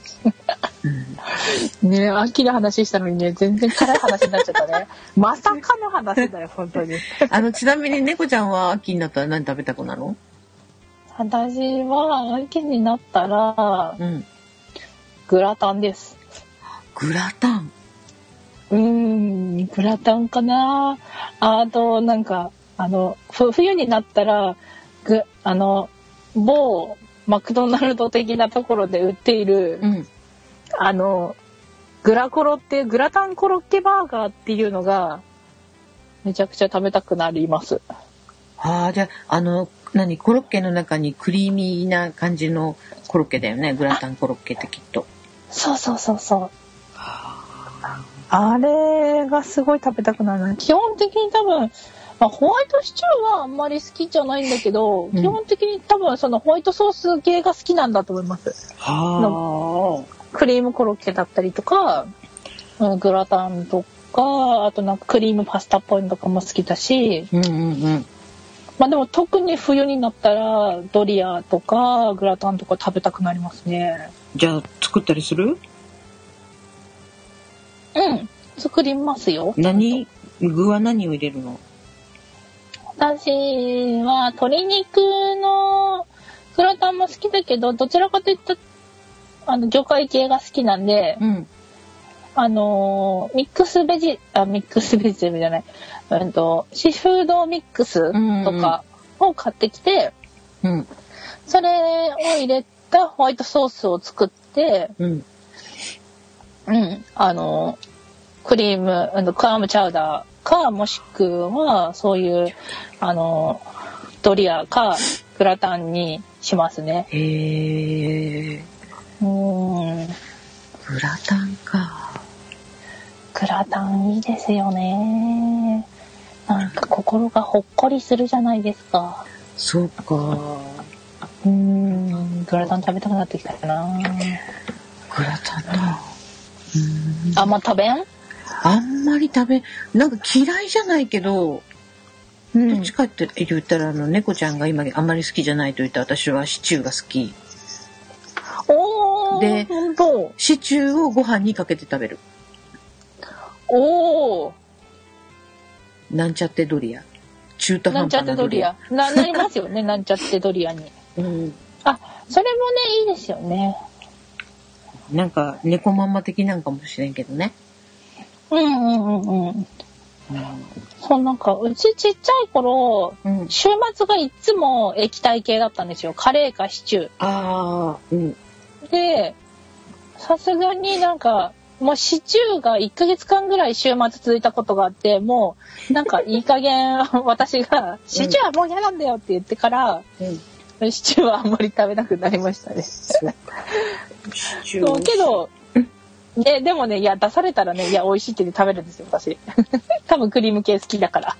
[SPEAKER 4] うん。
[SPEAKER 5] ねえ、秋の話したのにね、全然辛い話になっちゃった ね。まさかの話だよ、本当に。
[SPEAKER 4] あの、ちなみに猫ちゃんは秋になったら何食べたくなるの
[SPEAKER 5] 私は、秋になったら、
[SPEAKER 4] うん。
[SPEAKER 5] グラタンです。
[SPEAKER 4] グラタン。
[SPEAKER 5] うーん、グラタンかな。あと、なんか、あの、ふ冬になったら、ぐ、あの、某マクドナルド的なところで売っている、
[SPEAKER 4] うん。
[SPEAKER 5] あの、グラコロって、グラタンコロッケバーガーっていうのが、めちゃくちゃ食べたくなります。
[SPEAKER 4] ああ、じゃあ、あの、何コロッケの中にクリーミーな感じのコロッケだよね。グラタンコロッケってきっと。
[SPEAKER 5] そうそうそうそう。あれがすごい食べたくなるな。基本的に多分、まあ、ホワイトシチューはあんまり好きじゃないんだけど、
[SPEAKER 4] ん
[SPEAKER 5] 基本的に多分そのホワイトソース系が好きなんだと思います。
[SPEAKER 4] は
[SPEAKER 5] クリームコロッケだったりとか、うんグラタンとか、あとなんかクリームパスタっぽいのとかも好きだし、
[SPEAKER 4] あ。うんうんうん。
[SPEAKER 5] まあでも特に冬になったらドリアとかグラタンとか食べたくなりますね。
[SPEAKER 4] じゃあ、作ったりする
[SPEAKER 5] うん。作りますよ。
[SPEAKER 4] 何具は何を入れるの
[SPEAKER 5] 私は鶏肉のグラタンも好きだけど、どちらかといったあの魚介系が好きなんで、
[SPEAKER 4] うん。
[SPEAKER 5] あのーミックスベジ、あ、ミックスベジタブルじゃない、うんと、シーフードミックスとかを買ってきて、
[SPEAKER 4] うん。
[SPEAKER 5] それを入れたホワイトソースを作って、
[SPEAKER 4] うん。
[SPEAKER 5] うん、あの、クリーム、あのクラムチャウダーか、もしくは、そういう、あの、ドリアか、グラタンにしますね。
[SPEAKER 4] へえ。
[SPEAKER 5] うーん、
[SPEAKER 4] グラタンか。
[SPEAKER 5] グラタンいいですよね。なんか心がほっこりするじゃないですか。
[SPEAKER 4] そうか。
[SPEAKER 5] うーん、グラタン食べたくなってきたかな。
[SPEAKER 4] グラタンな。
[SPEAKER 5] あんま食べん
[SPEAKER 4] あんまり食べ、なんか嫌いじゃないけど、
[SPEAKER 5] うん
[SPEAKER 4] どっちかって言ったら、あの、猫ちゃんが今あんまり好きじゃないと言った私はシチューが好き。
[SPEAKER 5] お
[SPEAKER 4] で
[SPEAKER 5] ー、ほんと。
[SPEAKER 4] シチューをご飯にかけて食べる。
[SPEAKER 5] おー、
[SPEAKER 4] なんちゃってドリア。中途
[SPEAKER 5] な
[SPEAKER 4] 半
[SPEAKER 5] んちゃ
[SPEAKER 4] 端
[SPEAKER 5] って
[SPEAKER 4] な
[SPEAKER 5] ド
[SPEAKER 4] ド
[SPEAKER 5] リ
[SPEAKER 4] リア。
[SPEAKER 5] ア。な、なりますよね、なんちゃってドリアに。
[SPEAKER 4] うん。
[SPEAKER 5] あ、それもね、いいですよね。
[SPEAKER 4] なんか、猫まんま的なんかもしれんけどね。
[SPEAKER 5] うんうんうんうん。そう、なんか、うちちっちゃい頃、
[SPEAKER 4] うん。
[SPEAKER 5] 週末がいつも液体系だったんですよ。カレーかシチュ
[SPEAKER 4] ああ、うん。
[SPEAKER 5] ー。で、さすがになんか、もうシチューが1ヶ月間ぐらい週末続いたことがあって、もう、なんかいい加減私が、シチューはもう嫌なんだよって言ってから、
[SPEAKER 4] うん
[SPEAKER 5] シチューはあんまり食べなくなりましたね。
[SPEAKER 4] シチュ
[SPEAKER 5] そうけど、ね、でもね、いや、出されたらね、いや、美味しいって言って食べるんですよ、私。 多分クリーム系好きだから。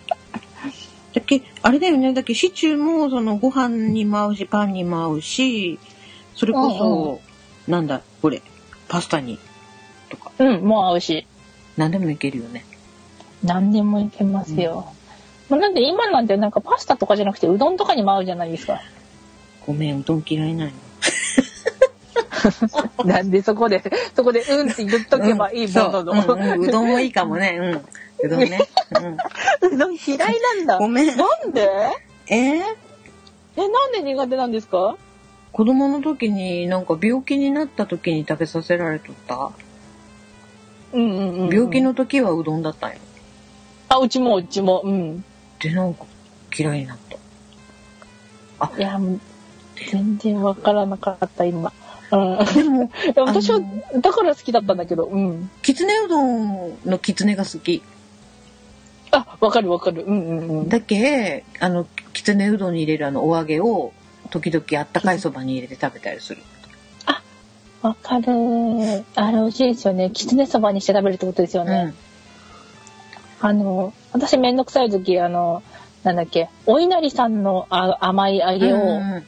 [SPEAKER 4] だっけあれだよねだっけシチューもそのご飯にも合うしパンにも合うしそれこ
[SPEAKER 5] うん
[SPEAKER 4] そ、なんだこれパスタにとか
[SPEAKER 5] うん、もう合うし。
[SPEAKER 4] 何でもいけるよね
[SPEAKER 5] 何でもいけますよ。もうなんで今なんてなんかパスタとかじゃなくてうどんとかにも合うじゃないですか。
[SPEAKER 4] ごめんうどん嫌いなの
[SPEAKER 5] なんでそこで、そこでうんって言っとけばいいものの。
[SPEAKER 4] そううんうんうどんもいいかもねうんうどんね、 うん、
[SPEAKER 5] うどん嫌い なんだ。
[SPEAKER 4] ごめん
[SPEAKER 5] なんで
[SPEAKER 4] えー、
[SPEAKER 5] え、なんで苦手なんですか
[SPEAKER 4] 子供の時になんか病気になった時に食べさせられとった、
[SPEAKER 5] うんうんうん。
[SPEAKER 4] 病気。の時はうどんだったんよ
[SPEAKER 5] あ、うちもうちも。うん。
[SPEAKER 4] でなんか嫌いになった
[SPEAKER 5] いや、もう全然わからなかった今。うん。
[SPEAKER 4] でも
[SPEAKER 5] いや 私は
[SPEAKER 4] あの
[SPEAKER 5] だから好きだったんだけど、うん。
[SPEAKER 4] きつねうどんのきつねが好き
[SPEAKER 5] あ、わかるわかる。うんうんうん。
[SPEAKER 4] だけあのきつねうどんに入れるあのお揚げを時々あったかいそばに入れて食べたりする
[SPEAKER 5] わかる。あれ美味しいですよね。きつねそばにして食べるってことですよ
[SPEAKER 4] う
[SPEAKER 5] ね。
[SPEAKER 4] ん
[SPEAKER 5] あの、私めんどくさい時、あの、なんだっけ、お稲荷さんのあ甘い揚げ
[SPEAKER 4] う
[SPEAKER 5] を、
[SPEAKER 4] ん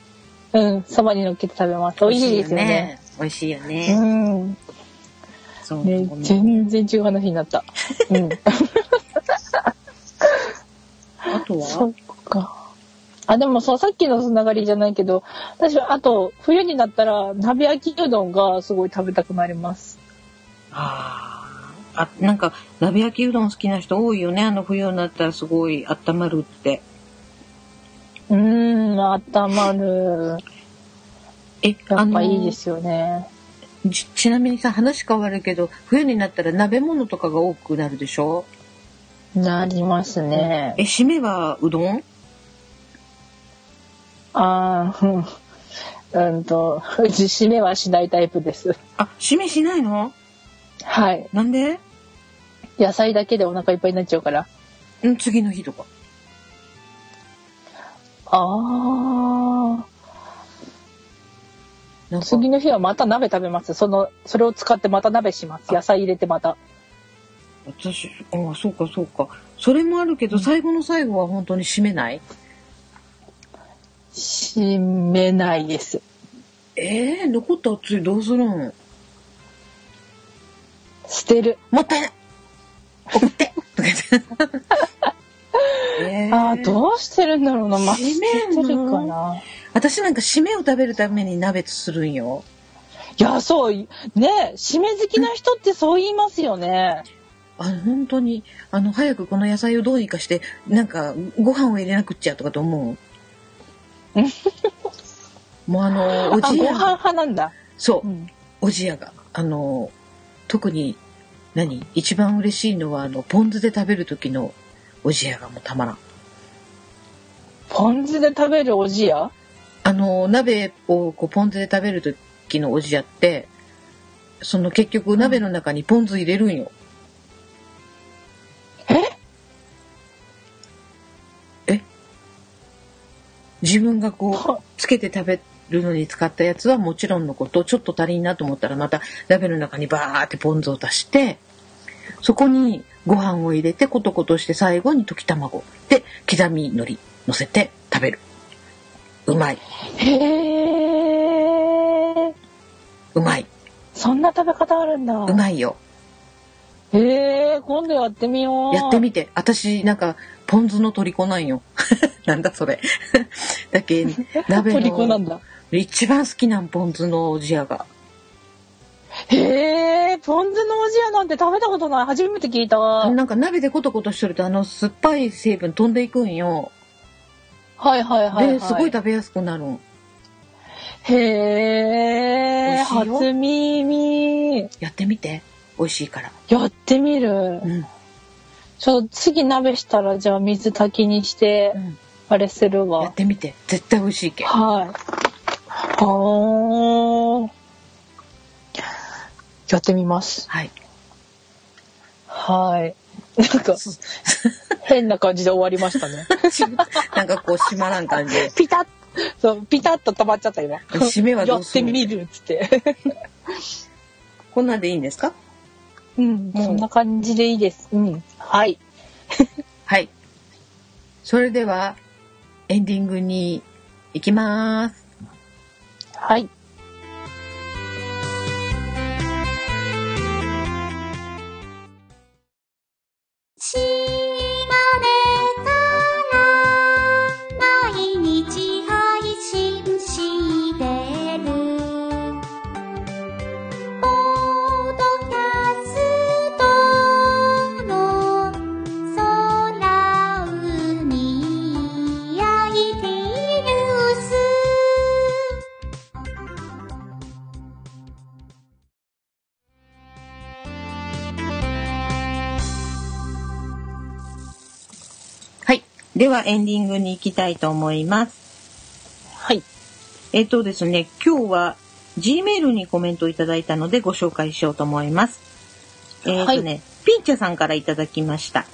[SPEAKER 5] うん、そばに乗っけて食べます。美味しいですよね。
[SPEAKER 4] 美味しいよね
[SPEAKER 5] うん。
[SPEAKER 4] そう
[SPEAKER 5] ね
[SPEAKER 4] ご、めん
[SPEAKER 5] 全然違う話にな った。うん。
[SPEAKER 4] あと
[SPEAKER 5] そ
[SPEAKER 4] は
[SPEAKER 5] っか。あ、でもそう、さっきのつながりじゃないけど、私はあと、冬になったら、鍋焼きうどんがすごい食べたくなります。
[SPEAKER 4] あーあなんか鍋焼きうどん好きな人多いよねあの冬になったらすごい温まるって
[SPEAKER 5] うーん、頭る。
[SPEAKER 4] え
[SPEAKER 5] やっぱいいですすよね。
[SPEAKER 4] ちちなみにさ話変わるけど冬になったら鍋物とかが多くなるでしょ
[SPEAKER 5] なりますね。
[SPEAKER 4] え締めはうどん
[SPEAKER 5] ああ、うん。うんと、自締めはしないタイプです。
[SPEAKER 4] あ締めしないの
[SPEAKER 5] はい。
[SPEAKER 4] なんで
[SPEAKER 5] 野菜だけでお腹いっぱいになっちゃうから。
[SPEAKER 4] うん次の日とかな
[SPEAKER 5] あ
[SPEAKER 4] ん
[SPEAKER 5] あ。
[SPEAKER 4] か
[SPEAKER 5] 次の日はまた鍋食べます。その、それを使ってまた鍋します。野菜入れてまた。
[SPEAKER 4] 私ああそうかそうかそれもあるけど最後の最後は本当に締めない
[SPEAKER 5] 締めないです。
[SPEAKER 4] えー、残ったおつゆどうするん
[SPEAKER 5] 捨てる。
[SPEAKER 4] もったいない送 ってとか言ってえー
[SPEAKER 5] ああ、どうしてるんだろうな。まあ、
[SPEAKER 4] 締めんの
[SPEAKER 5] 捨てるかな。
[SPEAKER 4] 私なんか締めを食べるために鍋するんよ。
[SPEAKER 5] いや、そう、ね、締め好きな人ってそう言いますよね。
[SPEAKER 4] あの本当にあの早くこの野菜をどうにかしてなんかご飯を入れなくっちゃとかと思 う。もうあのお
[SPEAKER 5] あ、
[SPEAKER 4] じ
[SPEAKER 5] ご飯
[SPEAKER 4] やが
[SPEAKER 5] 派なんだ。
[SPEAKER 4] そう
[SPEAKER 5] う、ん。
[SPEAKER 4] おじやがあの特に何一番嬉しいのはあのポン酢で食べる時のおじやがもうたまらん。
[SPEAKER 5] ポン酢で食べるおじや
[SPEAKER 4] あの鍋をこうポン酢で食べる時のおじやってその結局鍋の中にポン酢入れるんよ。ええ自分がこうつけて食べるのに使ったやつはもちろんのことちょっと足りんなと思ったらまた鍋の中にバーってポン酢を足してそこにご飯を入れてコトコトして最後に溶き卵で刻み海苔乗せて食べる。うまい。
[SPEAKER 5] へえ。
[SPEAKER 4] うまい。
[SPEAKER 5] そんな食べ方あるんだ。
[SPEAKER 4] うまいよ。
[SPEAKER 5] へえ、今度やってみよう。
[SPEAKER 4] やってみて。私、なんか、ポン酢の虜なんよ。 なんだそれ。 だけ、鍋
[SPEAKER 5] 虜なん
[SPEAKER 4] の、
[SPEAKER 5] だ。
[SPEAKER 4] 一番好きなんポン酢のおじやが。
[SPEAKER 5] へえ、ポン酢のおじやなんて食べたことない。初めて聞いた。はい
[SPEAKER 4] なんか鍋でコトコトしてると、あの、酸っぱい成分飛んでいくんよ。
[SPEAKER 5] はいはい、はい。
[SPEAKER 4] で、すごい食べやすくなるん。
[SPEAKER 5] へ
[SPEAKER 4] 美
[SPEAKER 5] え、
[SPEAKER 4] 味しいよ
[SPEAKER 5] 初耳。
[SPEAKER 4] やってみて。美味しいから。
[SPEAKER 5] やってみる
[SPEAKER 4] う。ん。
[SPEAKER 5] ちょ、次鍋したら、じゃあ水炊きにして
[SPEAKER 4] う、ん。
[SPEAKER 5] あれする
[SPEAKER 4] や
[SPEAKER 5] わ
[SPEAKER 4] っ。てみて。絶対美味しいけ。
[SPEAKER 5] はい。はー。やってみます。
[SPEAKER 4] はい。
[SPEAKER 5] はい。なん か、変な感じで終わりましたね。
[SPEAKER 4] なんかこう、締まらん感じで。
[SPEAKER 5] ピタッ、そう、ピタッと止まっちゃった今。
[SPEAKER 4] 締めはど
[SPEAKER 5] や
[SPEAKER 4] う
[SPEAKER 5] っ
[SPEAKER 4] す
[SPEAKER 5] て
[SPEAKER 4] る
[SPEAKER 5] みるっつって。
[SPEAKER 4] こんなんでいいんですか
[SPEAKER 5] うん、そんな感じでいいです。うん。はい。
[SPEAKER 4] はい。それでは、エンディングに行きます。
[SPEAKER 5] はい。
[SPEAKER 8] しられたら毎日配信してるポッドキャストの空に焼いているす
[SPEAKER 4] はい。では、エンディングに行きたいと思います。
[SPEAKER 5] はい。
[SPEAKER 4] えっ、とですね、今日は Gmail にコメントをいただいたのでご紹介しようと思います。えっ、とね、ピンチャさんからいただきました。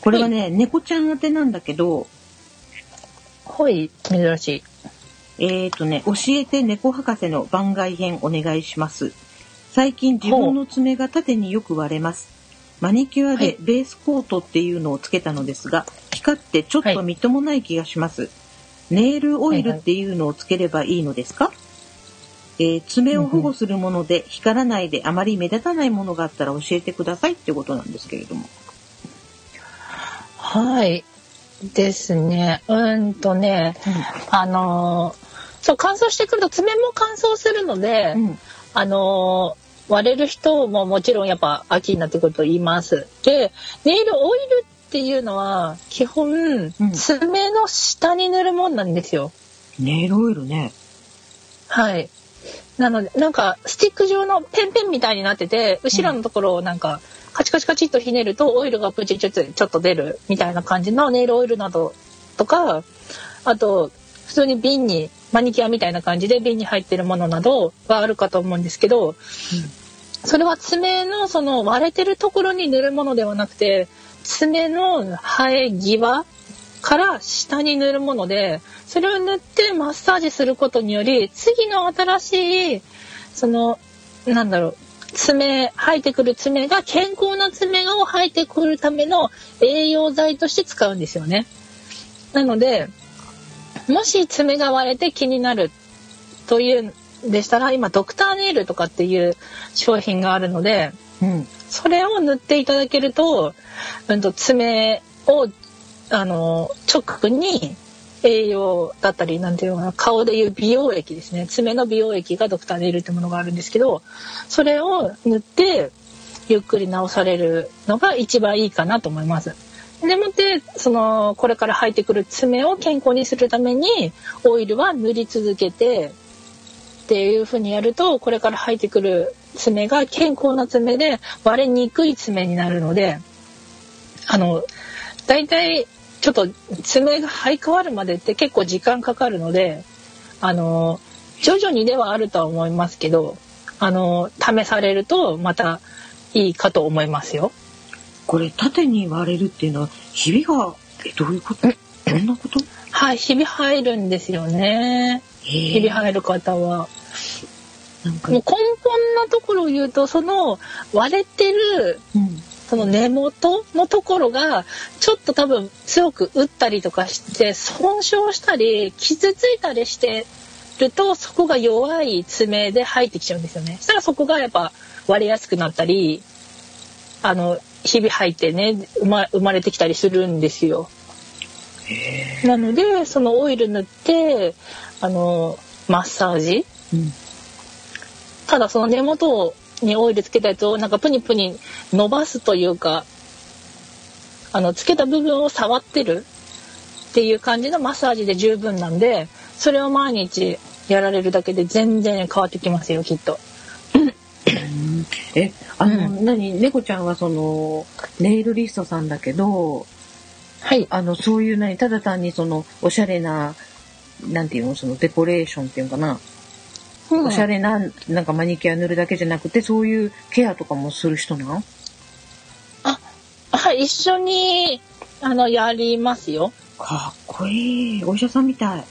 [SPEAKER 4] これはね、猫ちゃん宛てなんだけど、
[SPEAKER 5] ほい、珍しい。
[SPEAKER 4] えっ、とね、教えて猫博士の番外編お願いします。最近自分の爪が縦によく割れます。マニキュア
[SPEAKER 5] は
[SPEAKER 4] で
[SPEAKER 5] い
[SPEAKER 4] ベースコートっていうのをつけたのですが、光ってちょっとみっともない気がします。ネイルオイルっていうのをつければいいのですか、えー爪を保護するもので光らないであまり目立たないものがあったら教えてくださいってことなんですけれども。
[SPEAKER 5] はい。ですね。うーんとね、あのーそう、乾燥してくると爪も乾燥するので、
[SPEAKER 4] うん。
[SPEAKER 5] あのー割れる人ももちろんやっぱ秋になってくると言います。で、ネイルオイルっていうのは基本
[SPEAKER 4] うん
[SPEAKER 5] 爪の下に塗るもんなんですよ。
[SPEAKER 4] ネイルオイルね。
[SPEAKER 5] はい。なので、なんか、スティック状のペンペンみたいになってて、後ろのところをなんか、カチカチカチっとひねると、オイルがプチプチちょっと出るみたいな感じのネイルオイルなどとか、あと、普通に瓶に、マニキュアみたいな感じで瓶に入ってるものなどがあるかと思うんですけど、それは爪のその割れてるところに塗るものではなくて、爪の生え際から下に塗るものでそれを塗ってマッサージすることにより次の新しいそのなんだろう爪生えてくる爪が健康な爪を生えてくるための栄養剤として使うんですよね。なのでもし爪が割れて気になるというんでしたら今ドクターネイルとかっていう商品があるので
[SPEAKER 4] うん。
[SPEAKER 5] それを塗っていただけると,、うん、と爪をあの直に栄養だったりなんていうのかな顔でいう美容液ですね爪の美容液がドクターネイルってものがあるんですけどそれを塗ってゆっくり治されるのが一番いいかなと思います。でもってそのこれから生えてくる爪を健康にするためにオイルは塗り続けてっていう風にやるとこれから生えてくる爪が健康な爪で割れにくい爪になるのであの大体ちょっと爪が生え変わるまでって結構時間かかるのであの徐々にではあるとは思いますけどあの試されるとまたいいかと思いますよ。
[SPEAKER 9] これ縦に割れるっていうのはひびがえどういうことどんなこと
[SPEAKER 5] はい、ひび入るんですよね。 ひび入る方は。
[SPEAKER 9] なんか
[SPEAKER 5] もう根本なところを言うとその割れてる
[SPEAKER 4] うん。
[SPEAKER 5] その根元のところがちょっと多分強く打ったりとかして損傷したり傷ついたりしてるとそこが弱い爪で入ってきちゃうんですよね。そしたらそこがやっぱ割れやすくなったりあのひび入ってね生ま生まれてきたりするんですよ。なのでそのオイル塗ってあのマッサージ、
[SPEAKER 4] うん
[SPEAKER 5] ただその根元にオイルつけたやつをなんかプニプニ伸ばすというかあのつけた部分を触ってるっていう感じのマッサージで十分なんでそれを毎日やられるだけで全然変わってきますよきっと。
[SPEAKER 9] え
[SPEAKER 5] あ
[SPEAKER 9] あ
[SPEAKER 5] の
[SPEAKER 9] の、何猫ちゃんはそのネイルリストさんだけど
[SPEAKER 4] はい。あの、そういう何、ただ単にその、おしゃれな、なんていうの、その、デコレーションっていうのかな。おしゃれな、なんかマニキュア塗るだけじゃなくて、そういうケアとかもする人なん
[SPEAKER 5] はい、一緒にあのやりますよ。
[SPEAKER 9] かっこいいお医者さんみたい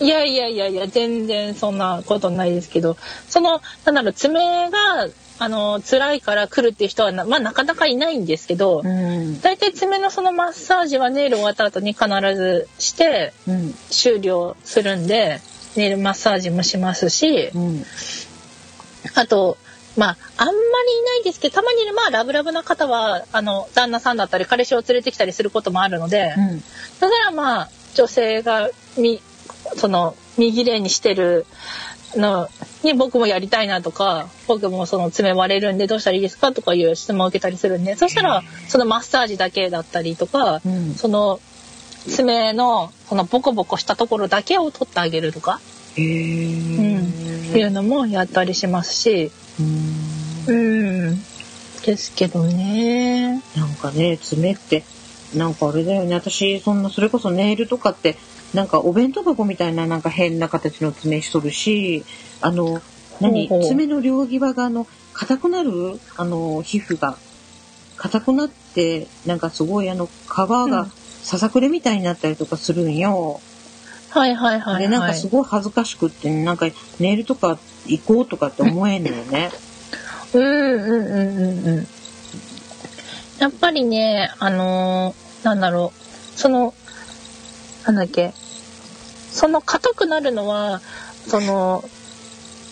[SPEAKER 5] いやいやいやいや、全然そんなことないですけど、その、なんだろう、爪が、あの、辛いから来るっていう人はな、まあ、なかなかいないんですけど、
[SPEAKER 4] ん。
[SPEAKER 5] 大体爪のそのマッサージはネイル終わった後に必ずして
[SPEAKER 4] うん。
[SPEAKER 5] 終了するんで、ネイルマッサージもしますし、
[SPEAKER 4] うん。
[SPEAKER 5] あと、まあ、あんまりいないですけど、たまに、まあ、ラブラブな方は、あの、旦那さんだったり、彼氏を連れてきたりすることもあるので、
[SPEAKER 4] うん。
[SPEAKER 5] だからまあ女性がみその右霊にしてるのに僕もやりたいなとか僕もその爪割れるんでどうしたらいいですかとかいう質問を受けたりするんでそしたらそのマッサージだけだったりとか、
[SPEAKER 4] うん
[SPEAKER 5] その爪のこのボコボコしたところだけを取ってあげるとか、
[SPEAKER 9] へ
[SPEAKER 5] うん
[SPEAKER 9] え
[SPEAKER 5] いうのもやったりしますしうんですけどね
[SPEAKER 9] なんかね爪ってなんかあれだよね私そんなそれこそネイルとかってなんかお弁当箱みたいななんか変な形の爪しとるしあの何
[SPEAKER 5] ほうほう
[SPEAKER 9] 爪の両際があの硬くなるあの皮膚が硬くなってなんかすごいあの皮
[SPEAKER 5] うん
[SPEAKER 9] がささくれみたいになったりとかするんよ。
[SPEAKER 5] はいはいはい、はい、
[SPEAKER 9] でなんかすごい恥ずかしくってなんかネイルとか行こうとかって思えんのよね。
[SPEAKER 5] うんうんうんうんうん。やっぱりね、あのーなんだろう、その、なんだっけ、その硬くなるのは、その、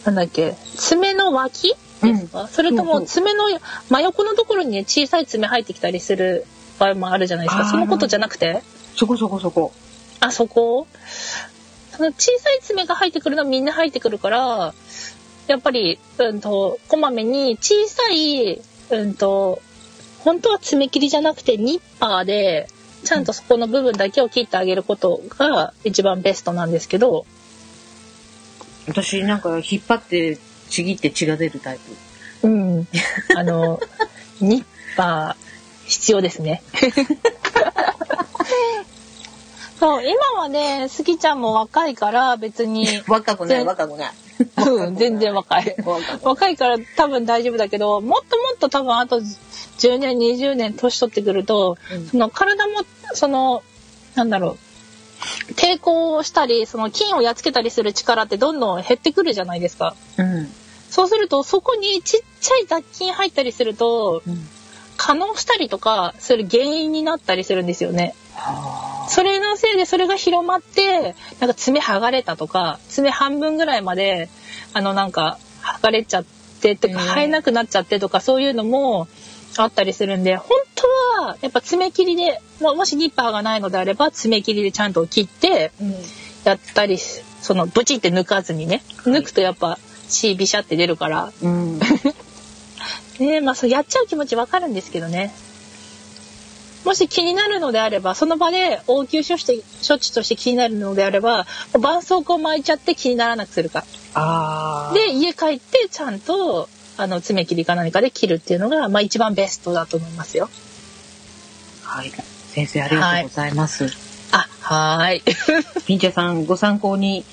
[SPEAKER 5] なんだっけ、爪の脇ですか、それと
[SPEAKER 9] そう
[SPEAKER 5] も
[SPEAKER 9] そう
[SPEAKER 5] 爪の真横のところにね、小さい爪入ってきたりする場合もあるじゃないですか。
[SPEAKER 9] あー
[SPEAKER 5] そのことじゃなくて
[SPEAKER 9] そこそこそこ。
[SPEAKER 5] あそこその小さい爪が入ってくるのはみんな入ってくるからやっぱり、うんと、こまめに小さい、うんと、本当は爪切りじゃなくてニッパーで、ちゃんとそこの部分だけを切ってあげることが一番ベストなんですけど、
[SPEAKER 4] 私なんか引っ張ってちぎって血が出るタイプ。
[SPEAKER 5] うん。あの、ニッパー必要ですね。 そう、今はね、スギちゃんも若いから別に、
[SPEAKER 4] 若くな
[SPEAKER 5] で
[SPEAKER 4] い、若くない。
[SPEAKER 5] うん、全然若い。
[SPEAKER 4] 若くない
[SPEAKER 5] 若いから多分大丈夫だけど、もっともっと多分あと10年、20年年取ってくると、
[SPEAKER 4] うん
[SPEAKER 5] その体も、その、なんだろう、抵抗をしたり、その菌をやっつけたりする力ってどんどん減ってくるじゃないですか。
[SPEAKER 4] うん。
[SPEAKER 5] そうすると、そこにちっちゃい雑菌入ったりすると、
[SPEAKER 4] うん
[SPEAKER 5] 可能したりとかする原因になったりするんですよね。それのせいでそれが広まってなんか爪剥がれたとか爪半分ぐらいまであのなんか剥がれちゃってとか
[SPEAKER 4] うん
[SPEAKER 5] 生えなくなっちゃってとかそういうのもあったりするんで本当はやっぱ爪切りでももしニッパーがないのであれば爪切りでちゃんと切ってやったりしそのブチって抜かずにね抜くとやっぱ血ビシャって出るから
[SPEAKER 4] うん。
[SPEAKER 5] ねえまあそうやっちゃう気持ちわかるんですけどねもし気になるのであればその場で応急処置と処置として気になるのであれば絆創膏を巻いちゃって気にならなくするか
[SPEAKER 4] ああ。
[SPEAKER 5] で家帰ってちゃんとあの爪切りか何かで切るっていうのが、まあ、一番ベストだと思いますよ
[SPEAKER 4] はい。先生、ありがとうございます。
[SPEAKER 5] あはーい
[SPEAKER 4] ピンチャさん、ご参考に、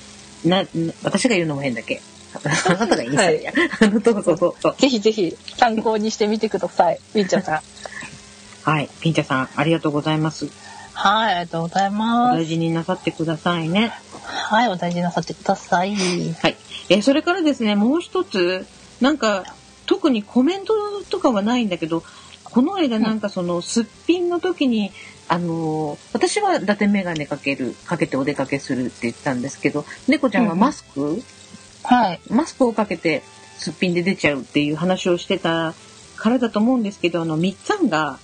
[SPEAKER 4] な、な私が言うのも変だっけあなたが言い そうや。あの、どうぞどうぞ。
[SPEAKER 5] ぜひぜひ参考にしてみてくだ さいみっちゃんさん
[SPEAKER 4] はい。ピンチャさん、ありがとうございます。
[SPEAKER 5] はいありがとうござい
[SPEAKER 4] お
[SPEAKER 5] ま
[SPEAKER 4] 大
[SPEAKER 5] す
[SPEAKER 4] 事になさってくださいね。
[SPEAKER 5] はいお大事になさってください
[SPEAKER 4] はい。えーそれからですね、もう一つ、なんか、特にコメントとかはないんだけど、この間なんかその、すっぴんの時に、あのー私は伊達メガネかける、かけてお出かけするって言ったんですけど、猫ちゃんはマスク、
[SPEAKER 5] はい
[SPEAKER 4] マスクをかけてすっぴんで出ちゃうっていう話をしてたからだと思うんですけど、あの、みっつぁんが、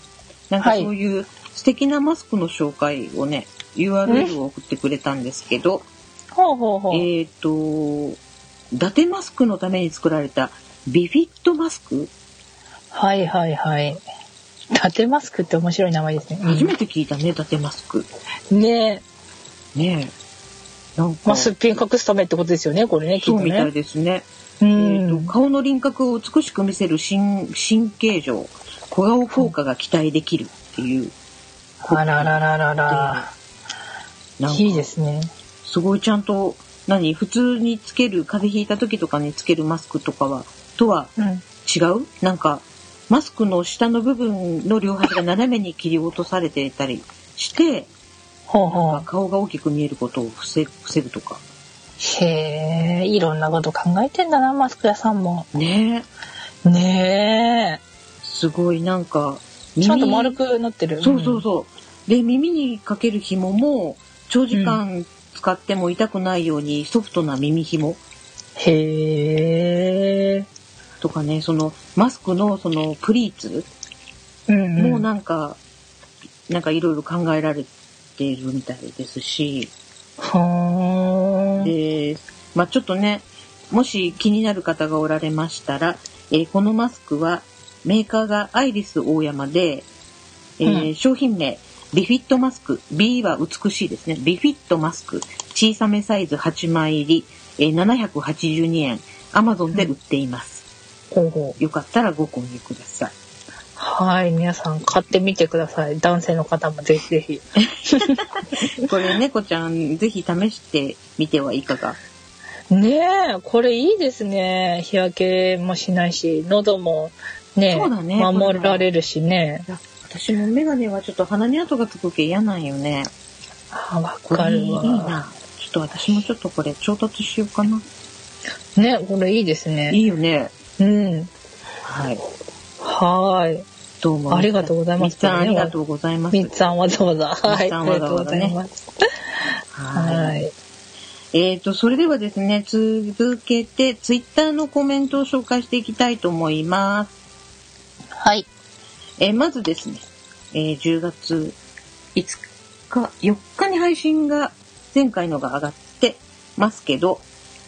[SPEAKER 4] なんか
[SPEAKER 5] はい
[SPEAKER 4] そういう素敵なマスクの紹介をね、URL を送ってくれたんですけど、
[SPEAKER 5] ほうほうほう、
[SPEAKER 4] えっ、と、伊達マスクのために作られたビフィットマスク、
[SPEAKER 5] はいはいはい。縦マスクって面白い名前ですね。
[SPEAKER 4] 初めて聞いたね、伊達マスク。
[SPEAKER 5] ねえ。
[SPEAKER 4] ねえ。なん
[SPEAKER 5] まあ、
[SPEAKER 4] か、
[SPEAKER 5] すっぴん隠すためってことですよね、これね、きっ
[SPEAKER 4] そ
[SPEAKER 5] と
[SPEAKER 4] うみたい
[SPEAKER 5] ね。
[SPEAKER 4] ですね。
[SPEAKER 5] う
[SPEAKER 4] えー
[SPEAKER 5] ん
[SPEAKER 4] と。顔の輪郭を美しく見せる新神経上小顔効果が期待できるっていう、
[SPEAKER 5] あららららら。
[SPEAKER 4] なんか
[SPEAKER 5] いいですね。
[SPEAKER 4] すごいちゃんと何普通につける風邪ひいた時とかにつけるマスクとかはとは
[SPEAKER 5] うん。
[SPEAKER 4] 違うなんかマスクの下の部分の両端が斜めに切り落とされていたりして
[SPEAKER 5] ほうほう。
[SPEAKER 4] 顔が大きく見えることを防ぐ防ぐとか
[SPEAKER 5] へえ、いろんなこと考えてんだな、マスク屋さんも。
[SPEAKER 4] ねえ
[SPEAKER 5] ね
[SPEAKER 4] すごいなんか
[SPEAKER 5] え。
[SPEAKER 4] 耳
[SPEAKER 5] ちゃんと丸くなってる。
[SPEAKER 4] そうそうそう。で、耳にかける紐も、長時間使っても痛くないようにソフトな耳紐
[SPEAKER 5] うん。へえ。
[SPEAKER 4] とかね、そのマスクのそのプリーツ
[SPEAKER 5] うん
[SPEAKER 4] も
[SPEAKER 5] うん。
[SPEAKER 4] なんか、なんかいろいろ考えられているみたいですし、
[SPEAKER 5] ほーん。
[SPEAKER 4] で、まあちょっとね、もし気になる方がおられましたら、えーこのマスクはメーカーがアイリス大山で、えー
[SPEAKER 5] う
[SPEAKER 4] 商品名、ビフィットマスク、B は美しいですね。ビフィットマスク、小さめサイズ8枚入り、えー782円、Amazon で売っています。
[SPEAKER 5] ほうほう。
[SPEAKER 4] よかったらご購入ください。
[SPEAKER 5] はい、皆さん買ってみてください。男性の方もぜひぜひ。
[SPEAKER 4] これ、猫ちゃん、ぜひ試してみてはいかが
[SPEAKER 5] ねえこれいいですね日焼けもしないし喉もね
[SPEAKER 4] そうだね
[SPEAKER 5] 守られるしね
[SPEAKER 4] いや私もメガネはちょっと鼻に跡がつくけ嫌なんよね。
[SPEAKER 5] あわ
[SPEAKER 4] こ
[SPEAKER 5] か
[SPEAKER 4] れい
[SPEAKER 5] る
[SPEAKER 4] い
[SPEAKER 5] わ
[SPEAKER 4] な。ちょっと私もちょっとこれ調達しようかな。
[SPEAKER 5] ねこれいいです
[SPEAKER 4] い
[SPEAKER 5] ね
[SPEAKER 4] いよね。
[SPEAKER 5] うん
[SPEAKER 4] はい。
[SPEAKER 5] はーい
[SPEAKER 4] どうも。
[SPEAKER 5] ありがとうございます
[SPEAKER 4] みっちゃんありがとうございます。
[SPEAKER 5] みっちゃんわざわざは
[SPEAKER 4] みっ
[SPEAKER 5] い
[SPEAKER 4] ちゃ
[SPEAKER 5] あ
[SPEAKER 4] ん
[SPEAKER 5] り
[SPEAKER 4] わざ
[SPEAKER 5] がとう
[SPEAKER 4] わ
[SPEAKER 5] ご
[SPEAKER 4] ざ
[SPEAKER 5] ざ
[SPEAKER 4] ね
[SPEAKER 5] います
[SPEAKER 4] は。
[SPEAKER 5] はいい
[SPEAKER 4] えっ、と、それではですね、続けて、ツイッターのコメントを紹介していきたいと思います。
[SPEAKER 5] はい
[SPEAKER 4] えーまずですね、えー10月5日、4日に配信が、前回のが上がってますけど、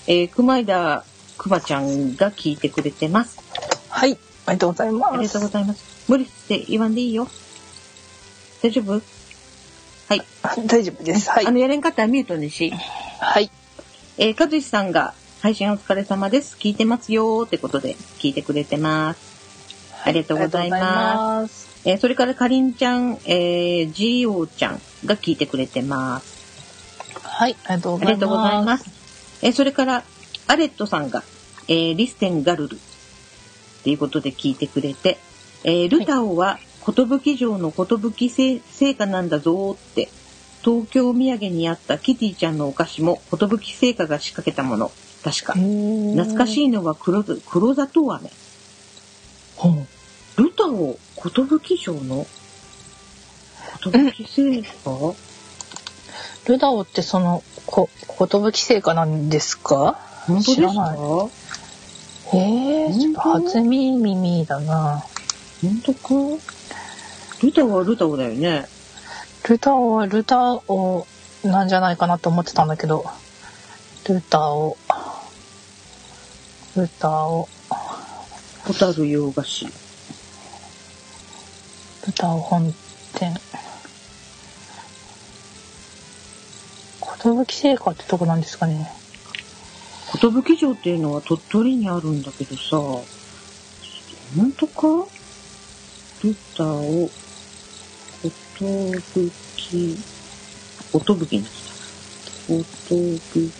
[SPEAKER 4] えー、熊枝くばちゃんが聞いてくれてます。
[SPEAKER 5] はい。ありがとうございます。
[SPEAKER 4] ありがとうございます。無理して言わんでいいよ。大丈夫はい。
[SPEAKER 5] 大丈夫です。はい
[SPEAKER 4] あ。の、やれんかったらミュートにし。
[SPEAKER 5] はい。
[SPEAKER 4] えー、かずしさんが、配信お疲れ様です。聞いてますよーってことで、聞いてくれてます。ありがとうございます。
[SPEAKER 5] す。
[SPEAKER 4] えーそれからかりんちゃん、えー、じいおちゃんが聞いてくれてます。
[SPEAKER 5] はい。ありがとう
[SPEAKER 4] ありがとうございます。えーそれから、アレットさんが、えーリステンガルルっていうことで聞いてくれて、えールタオは、寿城の寿せ聖火なんだぞーって、東京土産にあったキティちゃんのお菓子も寿聖火が仕掛けたもの、確か。懐かしいのは黒ず黒砂糖飴。ルタオ、寿城の寿聖火
[SPEAKER 5] ルダオってその、こ、ことぶき成果なんですか
[SPEAKER 4] 本当
[SPEAKER 5] 知
[SPEAKER 4] で
[SPEAKER 5] ら
[SPEAKER 4] す
[SPEAKER 5] ない
[SPEAKER 4] か本
[SPEAKER 5] へえ、ちょっと
[SPEAKER 4] 本当
[SPEAKER 5] 初耳だな。
[SPEAKER 4] 当かルタオはルタオだよね。
[SPEAKER 5] ルタオはルタオなんじゃないかなと思ってたんだけど、ルタオ、ルタオ、
[SPEAKER 4] ホタル洋菓子。
[SPEAKER 5] ルタオ本店。ことぶき成果ってとこなんですかね。
[SPEAKER 4] 寿城っていうのは鳥取にあるんだけどさ、本当かルタオ、寿、寿になった。寿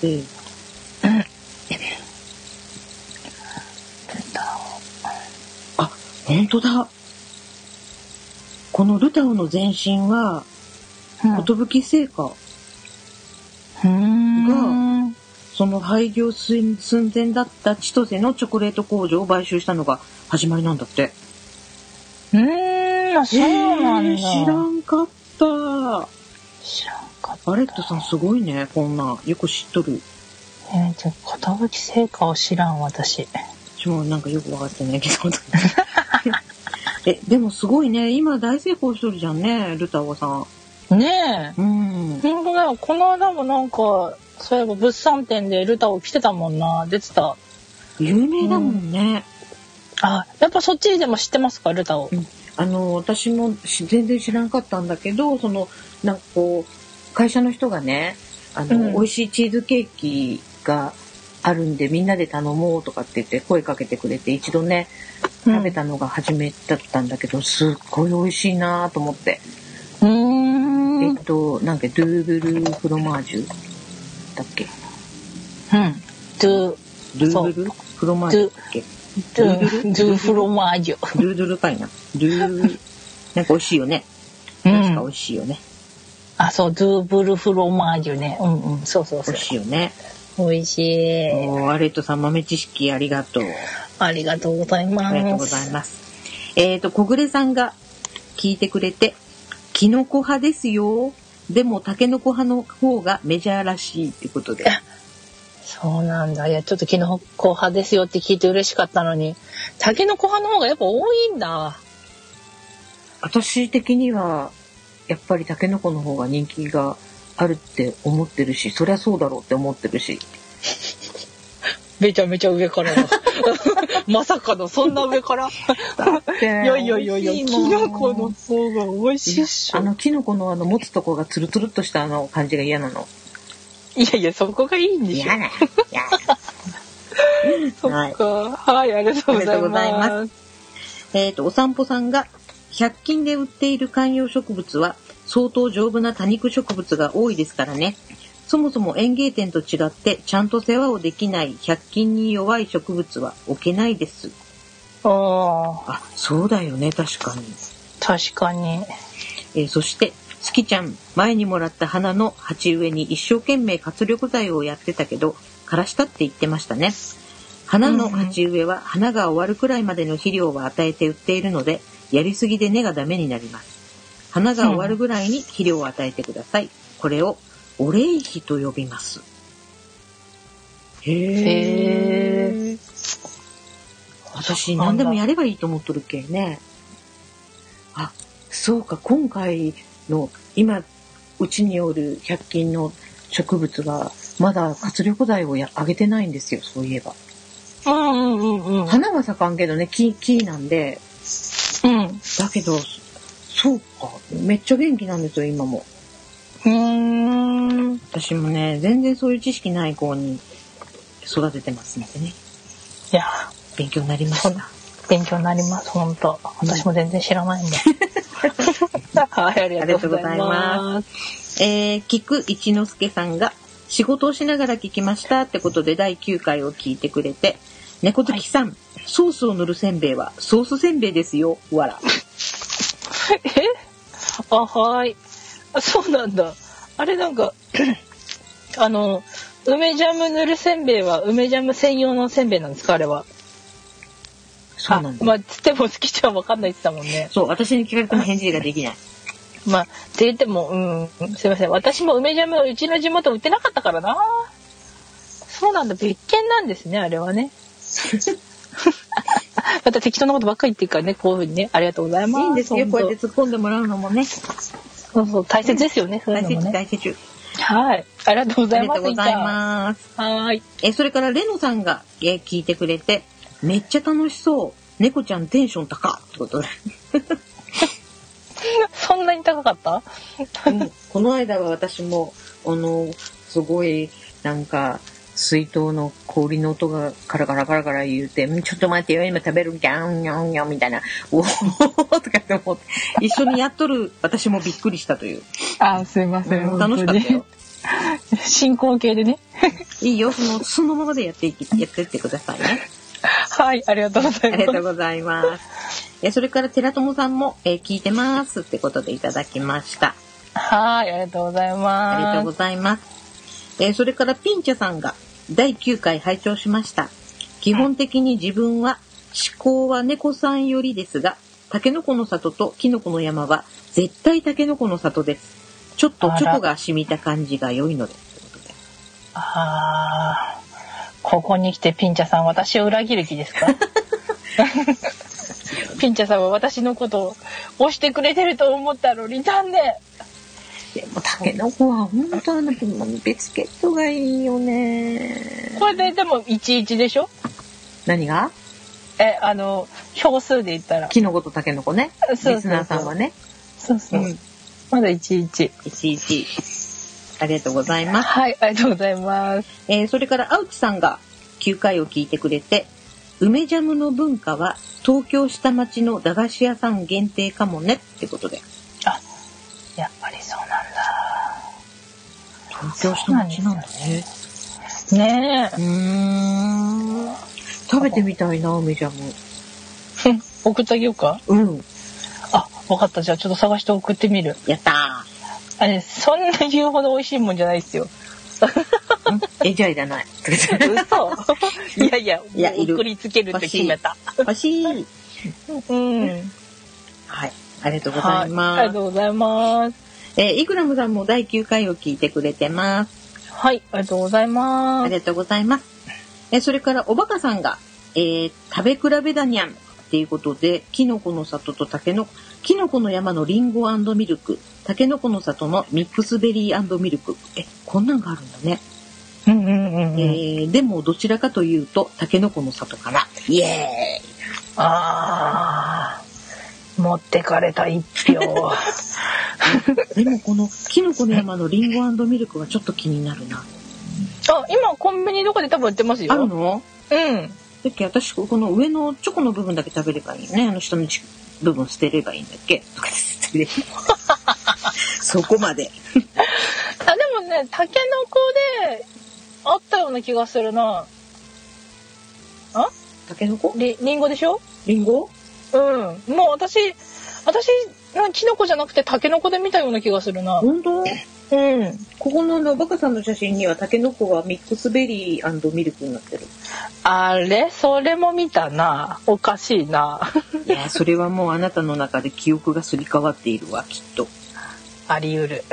[SPEAKER 4] 聖火。
[SPEAKER 5] ルタ
[SPEAKER 4] あ、本当だ。このルタオの前身は、
[SPEAKER 5] オ。うん
[SPEAKER 4] 寿聖火。
[SPEAKER 5] うーん。
[SPEAKER 4] その廃業寸寸前だった千歳のチョコレート工場を買収したのが始まりなんだって。
[SPEAKER 5] うーん、あそうなんだ。
[SPEAKER 4] えー知らんかった。
[SPEAKER 5] 知らんかった。
[SPEAKER 4] バレットさんすごいね、こんなん。よく知っとる。
[SPEAKER 5] えー、じゃあ、片吹き成果を知らん、私。
[SPEAKER 4] 私もなんかよくわかって ないけど。え、でもすごいね。今大成功しとるじゃんね、ルタオさん。
[SPEAKER 5] ね
[SPEAKER 4] うん
[SPEAKER 5] え。。ほんとだよ。この間もなんか、そういえば物産展でルタを着てたもんな。出てた。
[SPEAKER 4] 有名だもんね。
[SPEAKER 5] あ、やっぱそっちでも知ってますか、ルタを。
[SPEAKER 4] あの私もし全然知らなかったんだけどそのなんかこう会社の人がねあの、
[SPEAKER 5] うん
[SPEAKER 4] 美味しいチーズケーキがあるんでみんなで頼もうとかって言って声かけてくれて一度ね
[SPEAKER 5] うん
[SPEAKER 4] 食べたのが初めだったんだけど、すっごい美味しいなと思って、
[SPEAKER 5] うー
[SPEAKER 4] え
[SPEAKER 5] ん。
[SPEAKER 4] っ
[SPEAKER 5] うん。
[SPEAKER 4] となんかドゥーブルーフロマージュだっけ
[SPEAKER 5] ドゥ、
[SPEAKER 4] ドゥーブルーフロマージュだっけ
[SPEAKER 5] ドゥ、ドゥフロマージュ。
[SPEAKER 4] ドゥードゥルかいなドゥーなんか美味しいよね
[SPEAKER 5] う
[SPEAKER 4] 確か美
[SPEAKER 5] ん。
[SPEAKER 4] 味しいよね、
[SPEAKER 5] あ、そう、ドゥブルフロマージュね。うんうん。そうそうそ
[SPEAKER 4] 美味しいよね
[SPEAKER 5] う。美味しい。
[SPEAKER 4] おーアレットさん豆知識ありがとう
[SPEAKER 5] ありがとうございます。
[SPEAKER 4] ありがとうございます。えっ、と、小暮さんが聞いてくれて、キノコ派ですよ。でも、タケノコ派の方がメジャーらしいってことで。
[SPEAKER 5] そうなんだ。いや、ちょっとキノコ派ですよって聞いて嬉しかったのに、タケノコ派の方がやっぱ多いんだ。
[SPEAKER 4] 私的には、やっぱりタケノコの方が人気があるって思ってるし、そりゃそうだろうって思ってるし。
[SPEAKER 5] めちゃめちゃ上から だ。まさかの、そんな上から。い
[SPEAKER 4] い
[SPEAKER 5] やいやいやいや、キノコの方が美味しいっし
[SPEAKER 4] あ
[SPEAKER 5] ょ。
[SPEAKER 4] の、キノコのあの、持つとこがツルツルっとしたあの感じが嫌なの。
[SPEAKER 5] いやいや、そこがいいんでしょ。
[SPEAKER 4] 嫌な。嫌な
[SPEAKER 5] そっか。はい、ありがとう
[SPEAKER 4] あ
[SPEAKER 5] ござい
[SPEAKER 4] りがとうござ
[SPEAKER 5] ま
[SPEAKER 4] い
[SPEAKER 5] す。
[SPEAKER 4] えっ、と、お散歩さんが、100均で売っている観葉植物は、相当丈夫な多肉植物が多いですからね。そもそも園芸店と違って、ちゃんと世話をできない100均に弱い植物は置けないです。
[SPEAKER 5] ああ、
[SPEAKER 4] あ、そうだよね、確かに。
[SPEAKER 5] 確かに。
[SPEAKER 4] えーそして、月ちゃん、前にもらった花の鉢植えに一生懸命活力剤をやってたけど、枯らしたって言ってましたね。花の鉢植えは花が終わるくらいまでの肥料は与えて売っているので、やりすぎで根がダメになります。花が終わるぐらいに肥料を与えてください。これを、お礼肥と呼びます。へ
[SPEAKER 5] へ
[SPEAKER 4] え。私何でもやればいいと思っとるけんね。あ、そうか、今回の今、うちにおる100均の植物は
[SPEAKER 10] まだ活力剤をや上げてないんですよ、そういえば。
[SPEAKER 5] うんうんうんうん。
[SPEAKER 10] 花は咲かんけどね、木、木なんで。
[SPEAKER 5] うん。
[SPEAKER 10] だけど、そうか。めっちゃ元気なんですよ、今も。
[SPEAKER 4] うーん。私もね、全然そういう知識ない子に育ててますんでね。
[SPEAKER 5] いや、
[SPEAKER 4] 勉強になりまし
[SPEAKER 5] そん
[SPEAKER 4] た。
[SPEAKER 5] 勉強になります、本当私も全然知らないもん。はい、あり
[SPEAKER 4] ありがとうございます。えー、菊一之助さんが、仕事をしながら聞きましたってことで第9回を聞いてくれて、猫好きさん、ソースを塗るせんべいはソースせんべいですよ、わら。
[SPEAKER 5] す。あ、はい。あそうなんだ。あれなんか、 あの、梅ジャム塗るせんべいは梅ジャム専用のせんべいなんですかあれは。
[SPEAKER 4] そうなん
[SPEAKER 5] あ
[SPEAKER 4] だ。
[SPEAKER 5] まあ、つっても好きちゃんわかんないって言ってたもんね。
[SPEAKER 4] そう、私に聞かれても返事ができない。
[SPEAKER 5] まあ、って言っても、うん、すいません。私も梅ジャム、うちの地元売ってなかったからな。そうなんだ。別件なんですね、あれ はね。また適当なことばっかり言ってるからね、こういうふうにね。ありがとうございます。
[SPEAKER 4] いいんですよ、
[SPEAKER 5] 本
[SPEAKER 4] こ
[SPEAKER 5] 当
[SPEAKER 4] うやって突っ込んでもらうのもね。
[SPEAKER 5] そうそう、大切ですよね、そうい
[SPEAKER 4] 大
[SPEAKER 5] うのも
[SPEAKER 4] 切、
[SPEAKER 5] ね。
[SPEAKER 4] 大切。
[SPEAKER 5] はい。ありがとうご
[SPEAKER 4] あ
[SPEAKER 5] ざい
[SPEAKER 4] りが
[SPEAKER 5] ま
[SPEAKER 4] と
[SPEAKER 5] す。
[SPEAKER 4] うございます。
[SPEAKER 5] す。はーい。
[SPEAKER 4] え、それからレノさんが、えー聞いてくれて、めっちゃ楽しそう。猫ちゃんテンション高ってことで。
[SPEAKER 5] そんなに高かった
[SPEAKER 4] この間は私も、あの、すごい、なんか、水筒の氷の音がカラカラカラカラ言うて、んちょっと待ってよ、今食べる、ギャンギャンギャンみたいな、 おーとかって思って、一緒にやっとる私もびっくりしたという。
[SPEAKER 5] あ、すいません。
[SPEAKER 4] 楽しかったよ。。
[SPEAKER 5] 進行形でね。
[SPEAKER 4] いいよ、その、そのままでやっていき、やってってくださいね。
[SPEAKER 5] はい、ありがとうござい
[SPEAKER 4] あ
[SPEAKER 5] ま
[SPEAKER 4] り
[SPEAKER 5] す
[SPEAKER 4] がとう。ございます。え、それから寺友さんも、えー聞いてますってことでいただきました。
[SPEAKER 5] はい、ありがとうござ
[SPEAKER 4] あ
[SPEAKER 5] い
[SPEAKER 4] りがとう
[SPEAKER 5] ま
[SPEAKER 4] ご
[SPEAKER 5] す。
[SPEAKER 4] ざいます。えーそれからピンチャさんが第9回拝聴しました。基本的に自分は思考は猫さんよりですが、タケノコの里とキノコの山は絶対タケノコの里です。ちょっとチョコが染みた感じが良いので。
[SPEAKER 5] あーここに来てピンチャさん、私を裏切る気 ですかピンチャさんは私のことを押してくれてると思ったのに、残念
[SPEAKER 4] でもタケノコは本当あの別ケットがいいよね。
[SPEAKER 5] これででも11でしょ
[SPEAKER 4] 何が
[SPEAKER 5] え、あの、票数で言ったら。
[SPEAKER 4] キノコとタケノコね。
[SPEAKER 5] そうそうそう
[SPEAKER 4] リスナーさんはね。
[SPEAKER 5] そうそう。
[SPEAKER 4] うん
[SPEAKER 5] まだ11。
[SPEAKER 4] いちいち。ありがとうございます。
[SPEAKER 5] はい、ありがとうございます。
[SPEAKER 4] えーそれから、青木さんが9回を聞いてくれて、梅ジャムの文化は東京下町の駄菓子屋さん限定かもねってことで。
[SPEAKER 5] やっぱりそうなんだ。
[SPEAKER 4] 東京下町なんだね。
[SPEAKER 5] ね
[SPEAKER 4] うーん。食べてみたいな、梅ジャム。
[SPEAKER 5] え。 送ってあげようか
[SPEAKER 4] うん。
[SPEAKER 5] あ、わかった。じゃあちょっと探して送ってみる。
[SPEAKER 4] やった
[SPEAKER 5] あれ、そんな言うほど美味しいもんじゃないですよ。
[SPEAKER 4] ー。え、じゃあいらない。
[SPEAKER 5] 嘘 いやいや、
[SPEAKER 4] いやいる
[SPEAKER 5] 送りつけるって決めた。
[SPEAKER 4] 欲しい。
[SPEAKER 5] うん。
[SPEAKER 4] はい。ありがとうござい
[SPEAKER 5] はいありが
[SPEAKER 4] ま
[SPEAKER 5] とうございます。
[SPEAKER 4] す。えーイクラムさんも第9回を聞いてくれてます。
[SPEAKER 5] はい、ありがとうございま
[SPEAKER 4] あ
[SPEAKER 5] す。
[SPEAKER 4] りがとうございます。え、それから、おばかさんが、えー食べ比べだにゃんっていうことで、きのこの里とたけのこ、きのこの山のりんごミルク、たけのこの里のミックスベリーミルク。え、こんなんがあるんだね。
[SPEAKER 5] うんうんうんうん。
[SPEAKER 4] えーでも、どちらかというと、たけのこの里かな。イエーイ
[SPEAKER 5] あー。持ってかれた一票。
[SPEAKER 4] でも、この、きのこの山のりんごミルクはちょっと気になるな。
[SPEAKER 5] あ、今コンビニとかで多分売ってますよ。
[SPEAKER 4] あるの
[SPEAKER 5] うん。
[SPEAKER 4] だっけ私、この上のチョコの部分だけ食べればいいね。あの下のち部分捨てればいいんだっけとか捨てれば そこまで。
[SPEAKER 5] あ、でもね、タケノコであったような気がするな。
[SPEAKER 4] タケノコ
[SPEAKER 5] り、リンゴでしょ
[SPEAKER 4] リンゴ
[SPEAKER 5] うん。もう私、私、なキノコじゃなくてタケノコで見たような気がするな。
[SPEAKER 4] 本当
[SPEAKER 5] うん。
[SPEAKER 4] ここのあの、バカさんの写真にはタケノコはミックスベリーミルクになってる。
[SPEAKER 5] あれそれも見たな。おかしい な。
[SPEAKER 4] いや、それはもうあなたの中で記憶がすり替わっているわ、きっと。
[SPEAKER 5] あり得る。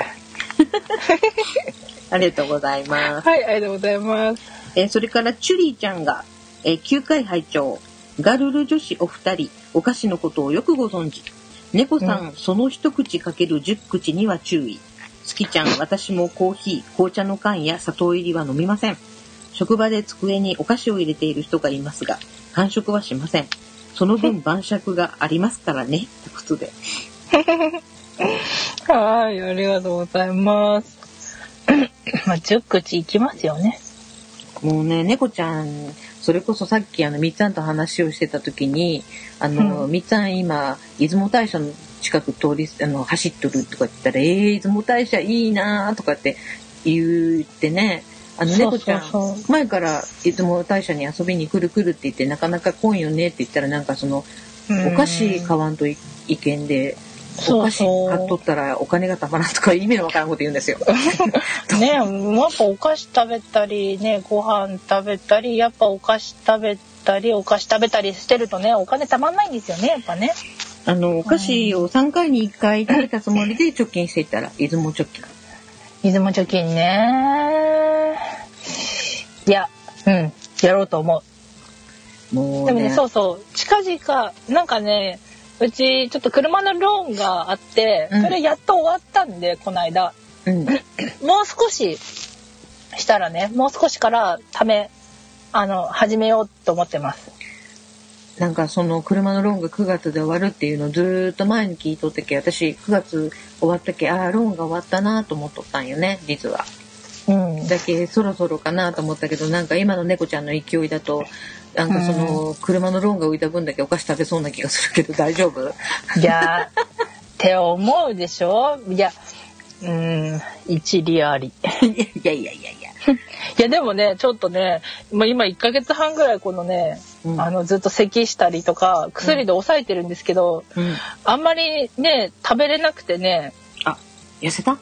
[SPEAKER 4] ありがとうございます。
[SPEAKER 5] はい、ありがとうございます。
[SPEAKER 4] えーそれからチュリーちゃんが、えー9回拝聴ガルル女子お二人お菓子のことをよくご存知猫さん、その一口かける10口には注意きちゃん、私もコーヒー、紅茶の缶や砂糖入りは飲みません。職場で机にお菓子を入れている人がいますが、完食はしません。その分晩酌がありますからね、ってことで。
[SPEAKER 5] はい、ありがとうございます。 まあ、10口いきますよね。
[SPEAKER 4] もうね、猫ちゃん、それこそさっきあの、みっちゃんと話をしてた時に、あの、
[SPEAKER 5] う
[SPEAKER 4] みっちゃん今、出雲大社の近く通り、あの、走っとるとか言ったら、えー、出雲大社いいなーとかって言ってね、あの、猫ちゃん、
[SPEAKER 5] そうそうそ
[SPEAKER 4] 前から出雲大社に遊びに来る来るって言って、なかなか来んよねって言ったら、なんかその、
[SPEAKER 5] うん
[SPEAKER 4] お菓子買わんといいけんで、お菓子買っとったらお金がたまらんとか意味のわからんこと言うんですよ。
[SPEAKER 5] ねやっぱお菓子食べたりねご飯食べたりやっぱお菓子食べたりお菓子食べたりしてるとねお金たまんないんですよねやっぱね
[SPEAKER 4] あの、お菓子を3回に1回食べたつもりで貯金していったら、出雲貯金。
[SPEAKER 5] 出雲貯金ねいやうんやろうと思
[SPEAKER 4] も
[SPEAKER 5] う
[SPEAKER 4] う
[SPEAKER 5] でもね
[SPEAKER 4] ね。
[SPEAKER 5] そうそう近々なんかねうちちょっと車のローンがあって
[SPEAKER 4] うん
[SPEAKER 5] それやっと終わったんで、この間
[SPEAKER 4] うん。
[SPEAKER 5] もう少ししたらねもう少しからためあの始めようと思ってます
[SPEAKER 4] なんかその車のローンが9月で終わるっていうのをずーっと前に聞いとったけ、私9月終わったけ、ああ、ローンが終わったなと思っとったんよね、実は。
[SPEAKER 5] うん
[SPEAKER 4] だけそろそろかなと思ったけど、なんか今の猫ちゃんの勢いだと、なんかその車のローンが浮いた分だけお菓子食べそうな気がするけど大丈夫
[SPEAKER 5] いやーって思うでしょいやうーん一理あ り
[SPEAKER 4] いやいやいやいや。
[SPEAKER 5] いやでもねちょっとねもう今1ヶ月半ぐらいこのね、
[SPEAKER 4] うん
[SPEAKER 5] あのずっと咳したりとか薬で抑えてるんですけど、
[SPEAKER 4] うん。
[SPEAKER 5] あんまりね食べれなくてね
[SPEAKER 4] 痩せた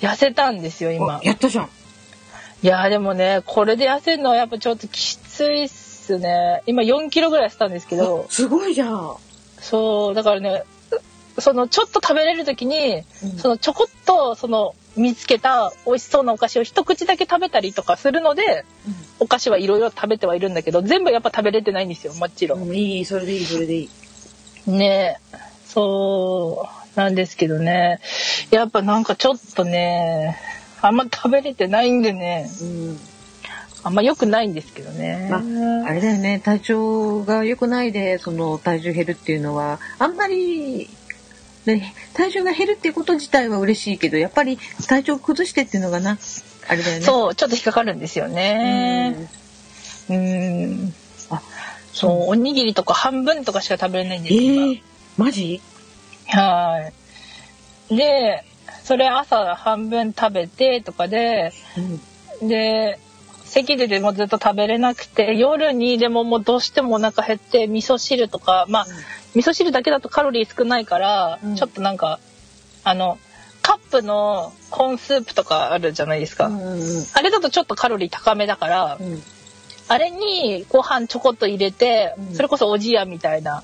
[SPEAKER 5] 痩せたんですよ今
[SPEAKER 4] おやったじゃん。
[SPEAKER 5] いやーでもねこれで痩せるのはやっぱちょっときついっすね今4キロぐらいしたんですけど
[SPEAKER 4] すごいじゃん。
[SPEAKER 5] そうだからねそのちょっと食べれる時に、そのちょこっとその見つけた美味しそうなお菓子を一口だけ食べたりとかするので、お菓子はいろいろ食べてはいるんだけど全部やっぱ食べれてないんですよもちろん。
[SPEAKER 4] うんいい、それでいい、それでいい。
[SPEAKER 5] ねえそうなんですけどねやっぱなんかちょっとねあんま食べれてないんでね
[SPEAKER 4] うん。
[SPEAKER 5] あんま良くないんですけどね。
[SPEAKER 4] まあれだよね体調が良くないでその体重減るっていうのはあんまり、ね、体重が減るってこと自体は嬉しいけどやっぱり体調崩してっていうのがなあれだよね。
[SPEAKER 5] そうちょっと引っかかるんですよね。うん。あ、そう、おにぎりとか半分とかしか食べれないんですよ、
[SPEAKER 4] ー、マジ
[SPEAKER 5] 今はい。で、それ朝半分食べてとかで、で、席ででもずっと食べれなくて、夜にでももうどうしてもお腹減って、味噌汁とか、まあ、味噌汁だけだとカロリー少ないから、
[SPEAKER 4] うん
[SPEAKER 5] ちょっとなんか、あの、カップのコーンスープとかあるじゃないですか。
[SPEAKER 4] うんうん
[SPEAKER 5] あれだとちょっとカロリー高めだから、
[SPEAKER 4] うん
[SPEAKER 5] あれにご飯ちょこっと入れて、
[SPEAKER 4] うん
[SPEAKER 5] それこそおじやみたいな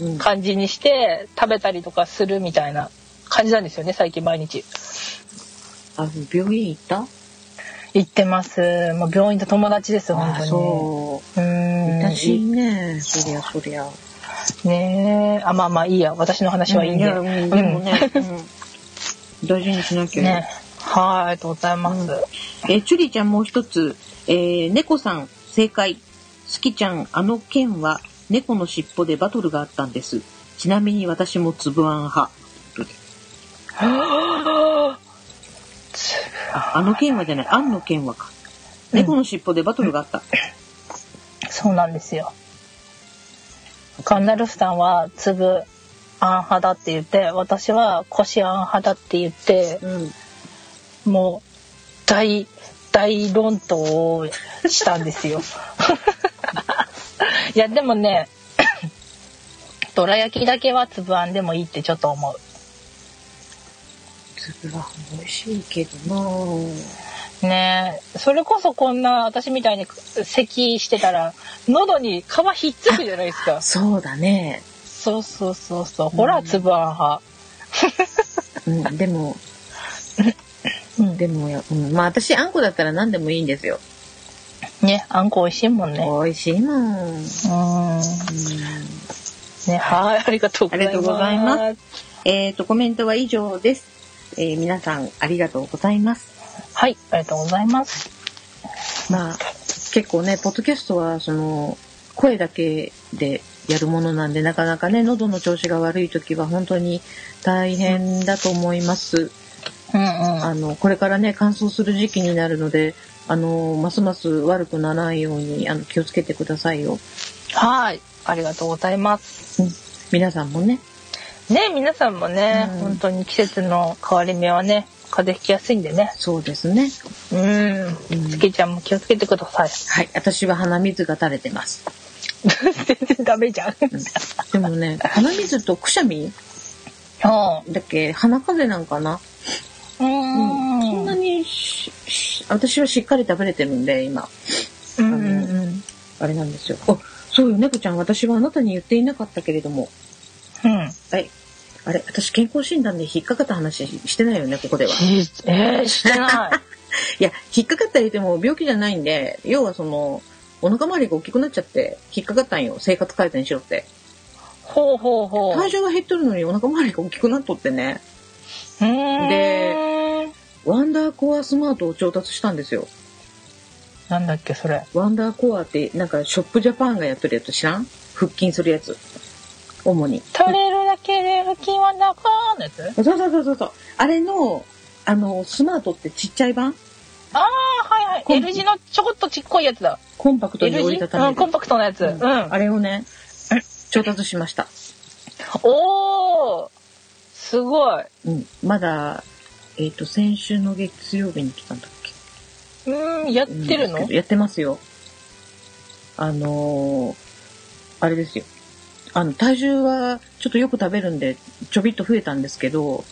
[SPEAKER 4] うん
[SPEAKER 5] 感じにして食べたりとかするみたいな感じなんですよね最近毎日
[SPEAKER 4] あ病院行った
[SPEAKER 5] 行ってますもう病院と友達です本当に
[SPEAKER 4] そう
[SPEAKER 5] うーん
[SPEAKER 4] 痛しいねそりゃそりゃ。
[SPEAKER 5] ねえあまあまあいいや私の話はいいんで、
[SPEAKER 4] やうんでもね、うん大事にしなき
[SPEAKER 5] う
[SPEAKER 4] ゃ
[SPEAKER 5] ん
[SPEAKER 4] よ
[SPEAKER 5] ねはいありがとうございます、
[SPEAKER 4] えーチュリーちゃんもう一つ、えー猫さん、正解。スキちゃん、あの剣は猫の尻尾でバトルがあったんです。ちなみに私もつぶあん派。 ああの剣はじゃない、あんの剣はか。猫の尻尾でバトルがあった。
[SPEAKER 5] そうなんですよカンナルフさんは粒あん派だって言って私は腰あん派だって言って
[SPEAKER 4] うん。
[SPEAKER 5] もう大大論闘をしたんですよ。 いやでもねどら焼きだけはつぶあんでもいいってちょっと思う。
[SPEAKER 4] つぶあん美味しいけどな。
[SPEAKER 5] ねえそれこそこんな私みたいに咳してたら喉に皮ひっつくじゃないですか
[SPEAKER 4] そうだね。
[SPEAKER 5] そうそうそうそうほらつぶあん派。
[SPEAKER 4] うん、でも、
[SPEAKER 5] うん
[SPEAKER 4] でもや、うん、まあ私、あんこだったら何でもいいんですよ。
[SPEAKER 5] ねあんこ美味しいもんね。
[SPEAKER 4] 美味しいもん。
[SPEAKER 5] うん。ねはいありがとうござい
[SPEAKER 4] あ
[SPEAKER 5] ます。
[SPEAKER 4] りがとうございえー、と、コメントは以上です。えー皆さんありがとうございます。
[SPEAKER 5] はい、ありがとうございます。
[SPEAKER 4] まあ、結構ね、ポッドキャストは、その、声だけでやるものなんで、なかなかね、喉の調子が悪い時は本当に大変だと思います。
[SPEAKER 5] うんうん。
[SPEAKER 4] あの、これからね、乾燥する時期になるので、あの、ますます悪くならないように、あの、気をつけてくださいよ。
[SPEAKER 5] はい、ありがとうございます。
[SPEAKER 4] 皆さんもね。
[SPEAKER 5] ね、皆さんもね、
[SPEAKER 4] うん
[SPEAKER 5] 本当に季節の変わり目はね、風邪ひきやすいんでね。
[SPEAKER 4] そうですね。
[SPEAKER 5] うん。
[SPEAKER 4] ん
[SPEAKER 5] つきちゃんも気をつけてください。
[SPEAKER 4] はい。私は鼻水が垂れてます。
[SPEAKER 5] 全然ダメじゃん。うん。
[SPEAKER 4] でもね、鼻水とくしゃみだっけ鼻風邪なんかな
[SPEAKER 5] う
[SPEAKER 9] そん
[SPEAKER 5] ん
[SPEAKER 9] な。にしし
[SPEAKER 4] 私はしっかり食べれてるんで、今。
[SPEAKER 5] うんうん
[SPEAKER 4] あれなんですよ。あ、そうよ、猫ちゃん。私はあなたに言っていなかったけれども。
[SPEAKER 5] うん。
[SPEAKER 4] はい。あれ、私健康診断で引っかかった話してないよね、ここでは。
[SPEAKER 5] しえー、してない。
[SPEAKER 4] いや、引っかかったりでも病気じゃないんで、要はその、お腹周りが大きくなっちゃって、引っかかったんよ。生活改善しろって。
[SPEAKER 5] ほうほうほう。
[SPEAKER 4] 体重が減っとるのにお腹周りが大きくなっとってね。
[SPEAKER 5] うん
[SPEAKER 4] で
[SPEAKER 5] で、
[SPEAKER 4] ワンダーコアスマートを調達したんですよ。
[SPEAKER 5] なんだっけ、それ。
[SPEAKER 4] ワンダーコアって、なんかショップジャパンがやってるやつ知らん腹筋するやつ。主に。
[SPEAKER 5] 取れるだけで腹筋はなかーのやつあー、
[SPEAKER 4] そうそうそうそうそう。あれの、あの、スマートってちっちゃい版
[SPEAKER 5] はいはい。
[SPEAKER 4] コン
[SPEAKER 5] L 字のちょこっとちっこいやつだ。
[SPEAKER 4] コンパクト
[SPEAKER 5] L
[SPEAKER 4] に折り
[SPEAKER 5] 字
[SPEAKER 4] たた
[SPEAKER 5] う
[SPEAKER 4] め
[SPEAKER 5] ん、
[SPEAKER 4] る
[SPEAKER 5] コンパクトなやつ。うん。
[SPEAKER 4] あれをね、調達しました。
[SPEAKER 5] おーすごい。
[SPEAKER 4] うん。まだ、えっ、と、先週の月曜日に来たんだっけ
[SPEAKER 5] うーん、やってるの、
[SPEAKER 4] やってますよ。あのーあれですよ。あの、体重はちょっとよく食べるんで、ちょびっと増えたんですけど、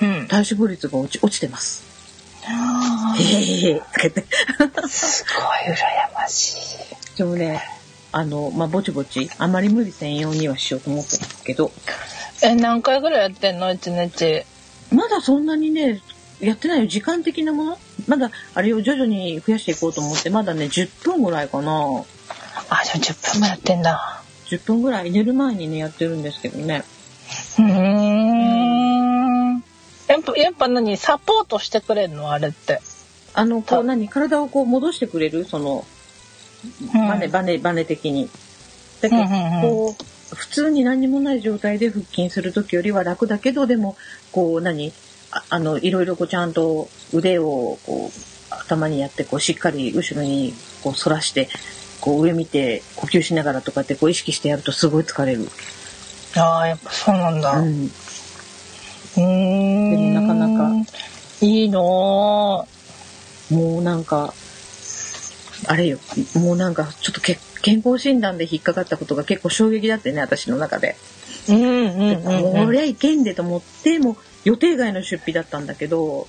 [SPEAKER 5] うん。
[SPEAKER 4] 体脂肪率が落ち落ちてます。へへへとか言って。
[SPEAKER 5] すごい羨ましい。
[SPEAKER 4] でもね、あの、まあ、ぼちぼち、あまり無理専用にはしようと思ってるけど、
[SPEAKER 5] え、何回ぐらいやってんの一日。
[SPEAKER 4] まだそんなにね、やってないよ。時間的なものまだ、あれを徐々に増やしていこうと思って、まだね、10分ぐらいかな。
[SPEAKER 5] あ、じゃあ10分もやってんだ。
[SPEAKER 4] 10分ぐらい寝る前にね、やってるんですけどね。
[SPEAKER 5] うーん。やっぱ、やっぱ何サポートしてくれんのあれって。
[SPEAKER 4] あの、こ
[SPEAKER 5] た
[SPEAKER 4] う何体をこう戻してくれるその、
[SPEAKER 5] うん
[SPEAKER 4] バネ、バネ、バネ的に。だけ
[SPEAKER 5] うん
[SPEAKER 4] ど、
[SPEAKER 5] うんうん
[SPEAKER 4] こう、普通に何もない状態で腹筋するときよりは楽だけど、でも、こう、何ああの、いろいろこうちゃんと腕をこう、頭にやって、こう、しっかり後ろにこう、反らして、こう、上見て、呼吸しながらとかって、こう、意識してやるとすごい疲れる。
[SPEAKER 5] ああ、やっぱそうなんだ。
[SPEAKER 4] う。
[SPEAKER 5] うんーん。
[SPEAKER 4] でもなかな
[SPEAKER 5] か。いいの
[SPEAKER 4] もうなんか、あれよ、もうなんか、ちょっとけ健康診断で引っかかったことが結構衝撃だってね、私の中で。
[SPEAKER 5] ー。うんうんうん、
[SPEAKER 4] こ
[SPEAKER 5] う
[SPEAKER 4] り
[SPEAKER 5] ん。
[SPEAKER 4] ゃいけんでと思って、もう予定外の出費だったんだけど、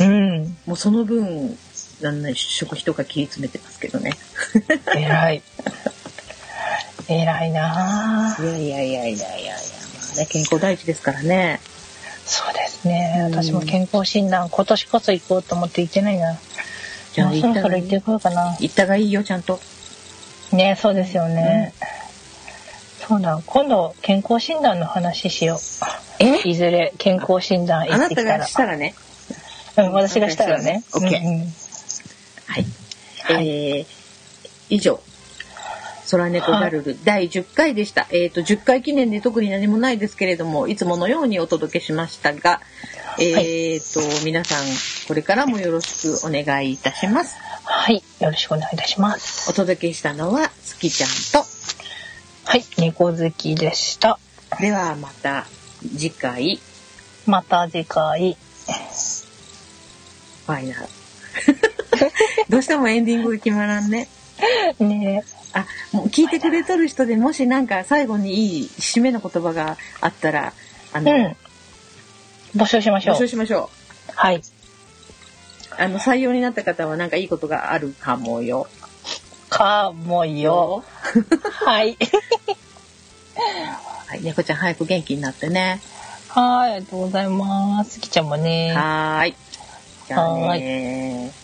[SPEAKER 5] うん。
[SPEAKER 4] もうその分、なんな食費とか切り詰めてますけどね。
[SPEAKER 5] 偉い。偉いなあ
[SPEAKER 4] いやいやいやいやいやいや、まあね、健康第一ですからね。
[SPEAKER 5] そうです
[SPEAKER 4] う
[SPEAKER 5] ね。
[SPEAKER 4] ん
[SPEAKER 5] 私も健康診断、今年こそ行こうと思って行ってないな。
[SPEAKER 4] じゃあ
[SPEAKER 5] もう
[SPEAKER 4] 行
[SPEAKER 5] そ
[SPEAKER 4] っ
[SPEAKER 5] ろ
[SPEAKER 4] たが
[SPEAKER 5] そろ
[SPEAKER 4] い
[SPEAKER 5] 行っ
[SPEAKER 4] い
[SPEAKER 5] てこようかな。
[SPEAKER 4] 行ったがいいよ、ちゃんと。
[SPEAKER 5] ねそうですよね。そうだ、今度健康診断の話しよ
[SPEAKER 4] え
[SPEAKER 5] う。いずれ健康診断
[SPEAKER 4] あ
[SPEAKER 5] 行っ
[SPEAKER 4] な
[SPEAKER 5] てき
[SPEAKER 4] た
[SPEAKER 5] た
[SPEAKER 4] が
[SPEAKER 5] ら
[SPEAKER 4] し。たらね。
[SPEAKER 5] うん、私がしたらね。
[SPEAKER 4] オッケー
[SPEAKER 5] うんうん
[SPEAKER 4] はい。
[SPEAKER 5] はい
[SPEAKER 4] えー、以上。空猫ガルル第10回でした。えっ、と、10回記念で特に何もないですけれども、いつものようにお届けしましたが、えっ、と、皆さん、これからもよろしくお願いいたします。
[SPEAKER 5] はい。よろしくお願いいたします
[SPEAKER 4] お。届けしたのは、すきちゃんと。
[SPEAKER 5] はい。猫好きでした。
[SPEAKER 4] では、また次回、
[SPEAKER 5] また次回。
[SPEAKER 4] ファイナル。 どうしてもエンディングが決まらんね。
[SPEAKER 5] ね
[SPEAKER 4] あ、もう聞いてくれとる人でもしなんか最後にいい締めの言葉があったら、あ
[SPEAKER 5] う
[SPEAKER 4] の、
[SPEAKER 5] ん。募集しましょ
[SPEAKER 4] 募
[SPEAKER 5] う
[SPEAKER 4] 集。しましょ
[SPEAKER 5] はい。
[SPEAKER 4] う。あの、採用になった方はなんかいいことがあるかもよ。
[SPEAKER 5] かも よ。はい。
[SPEAKER 4] はい、猫ちゃん早く元気になってね。
[SPEAKER 5] はい、ありがとうございます。きちゃんもね。
[SPEAKER 4] はーい。じゃあねー。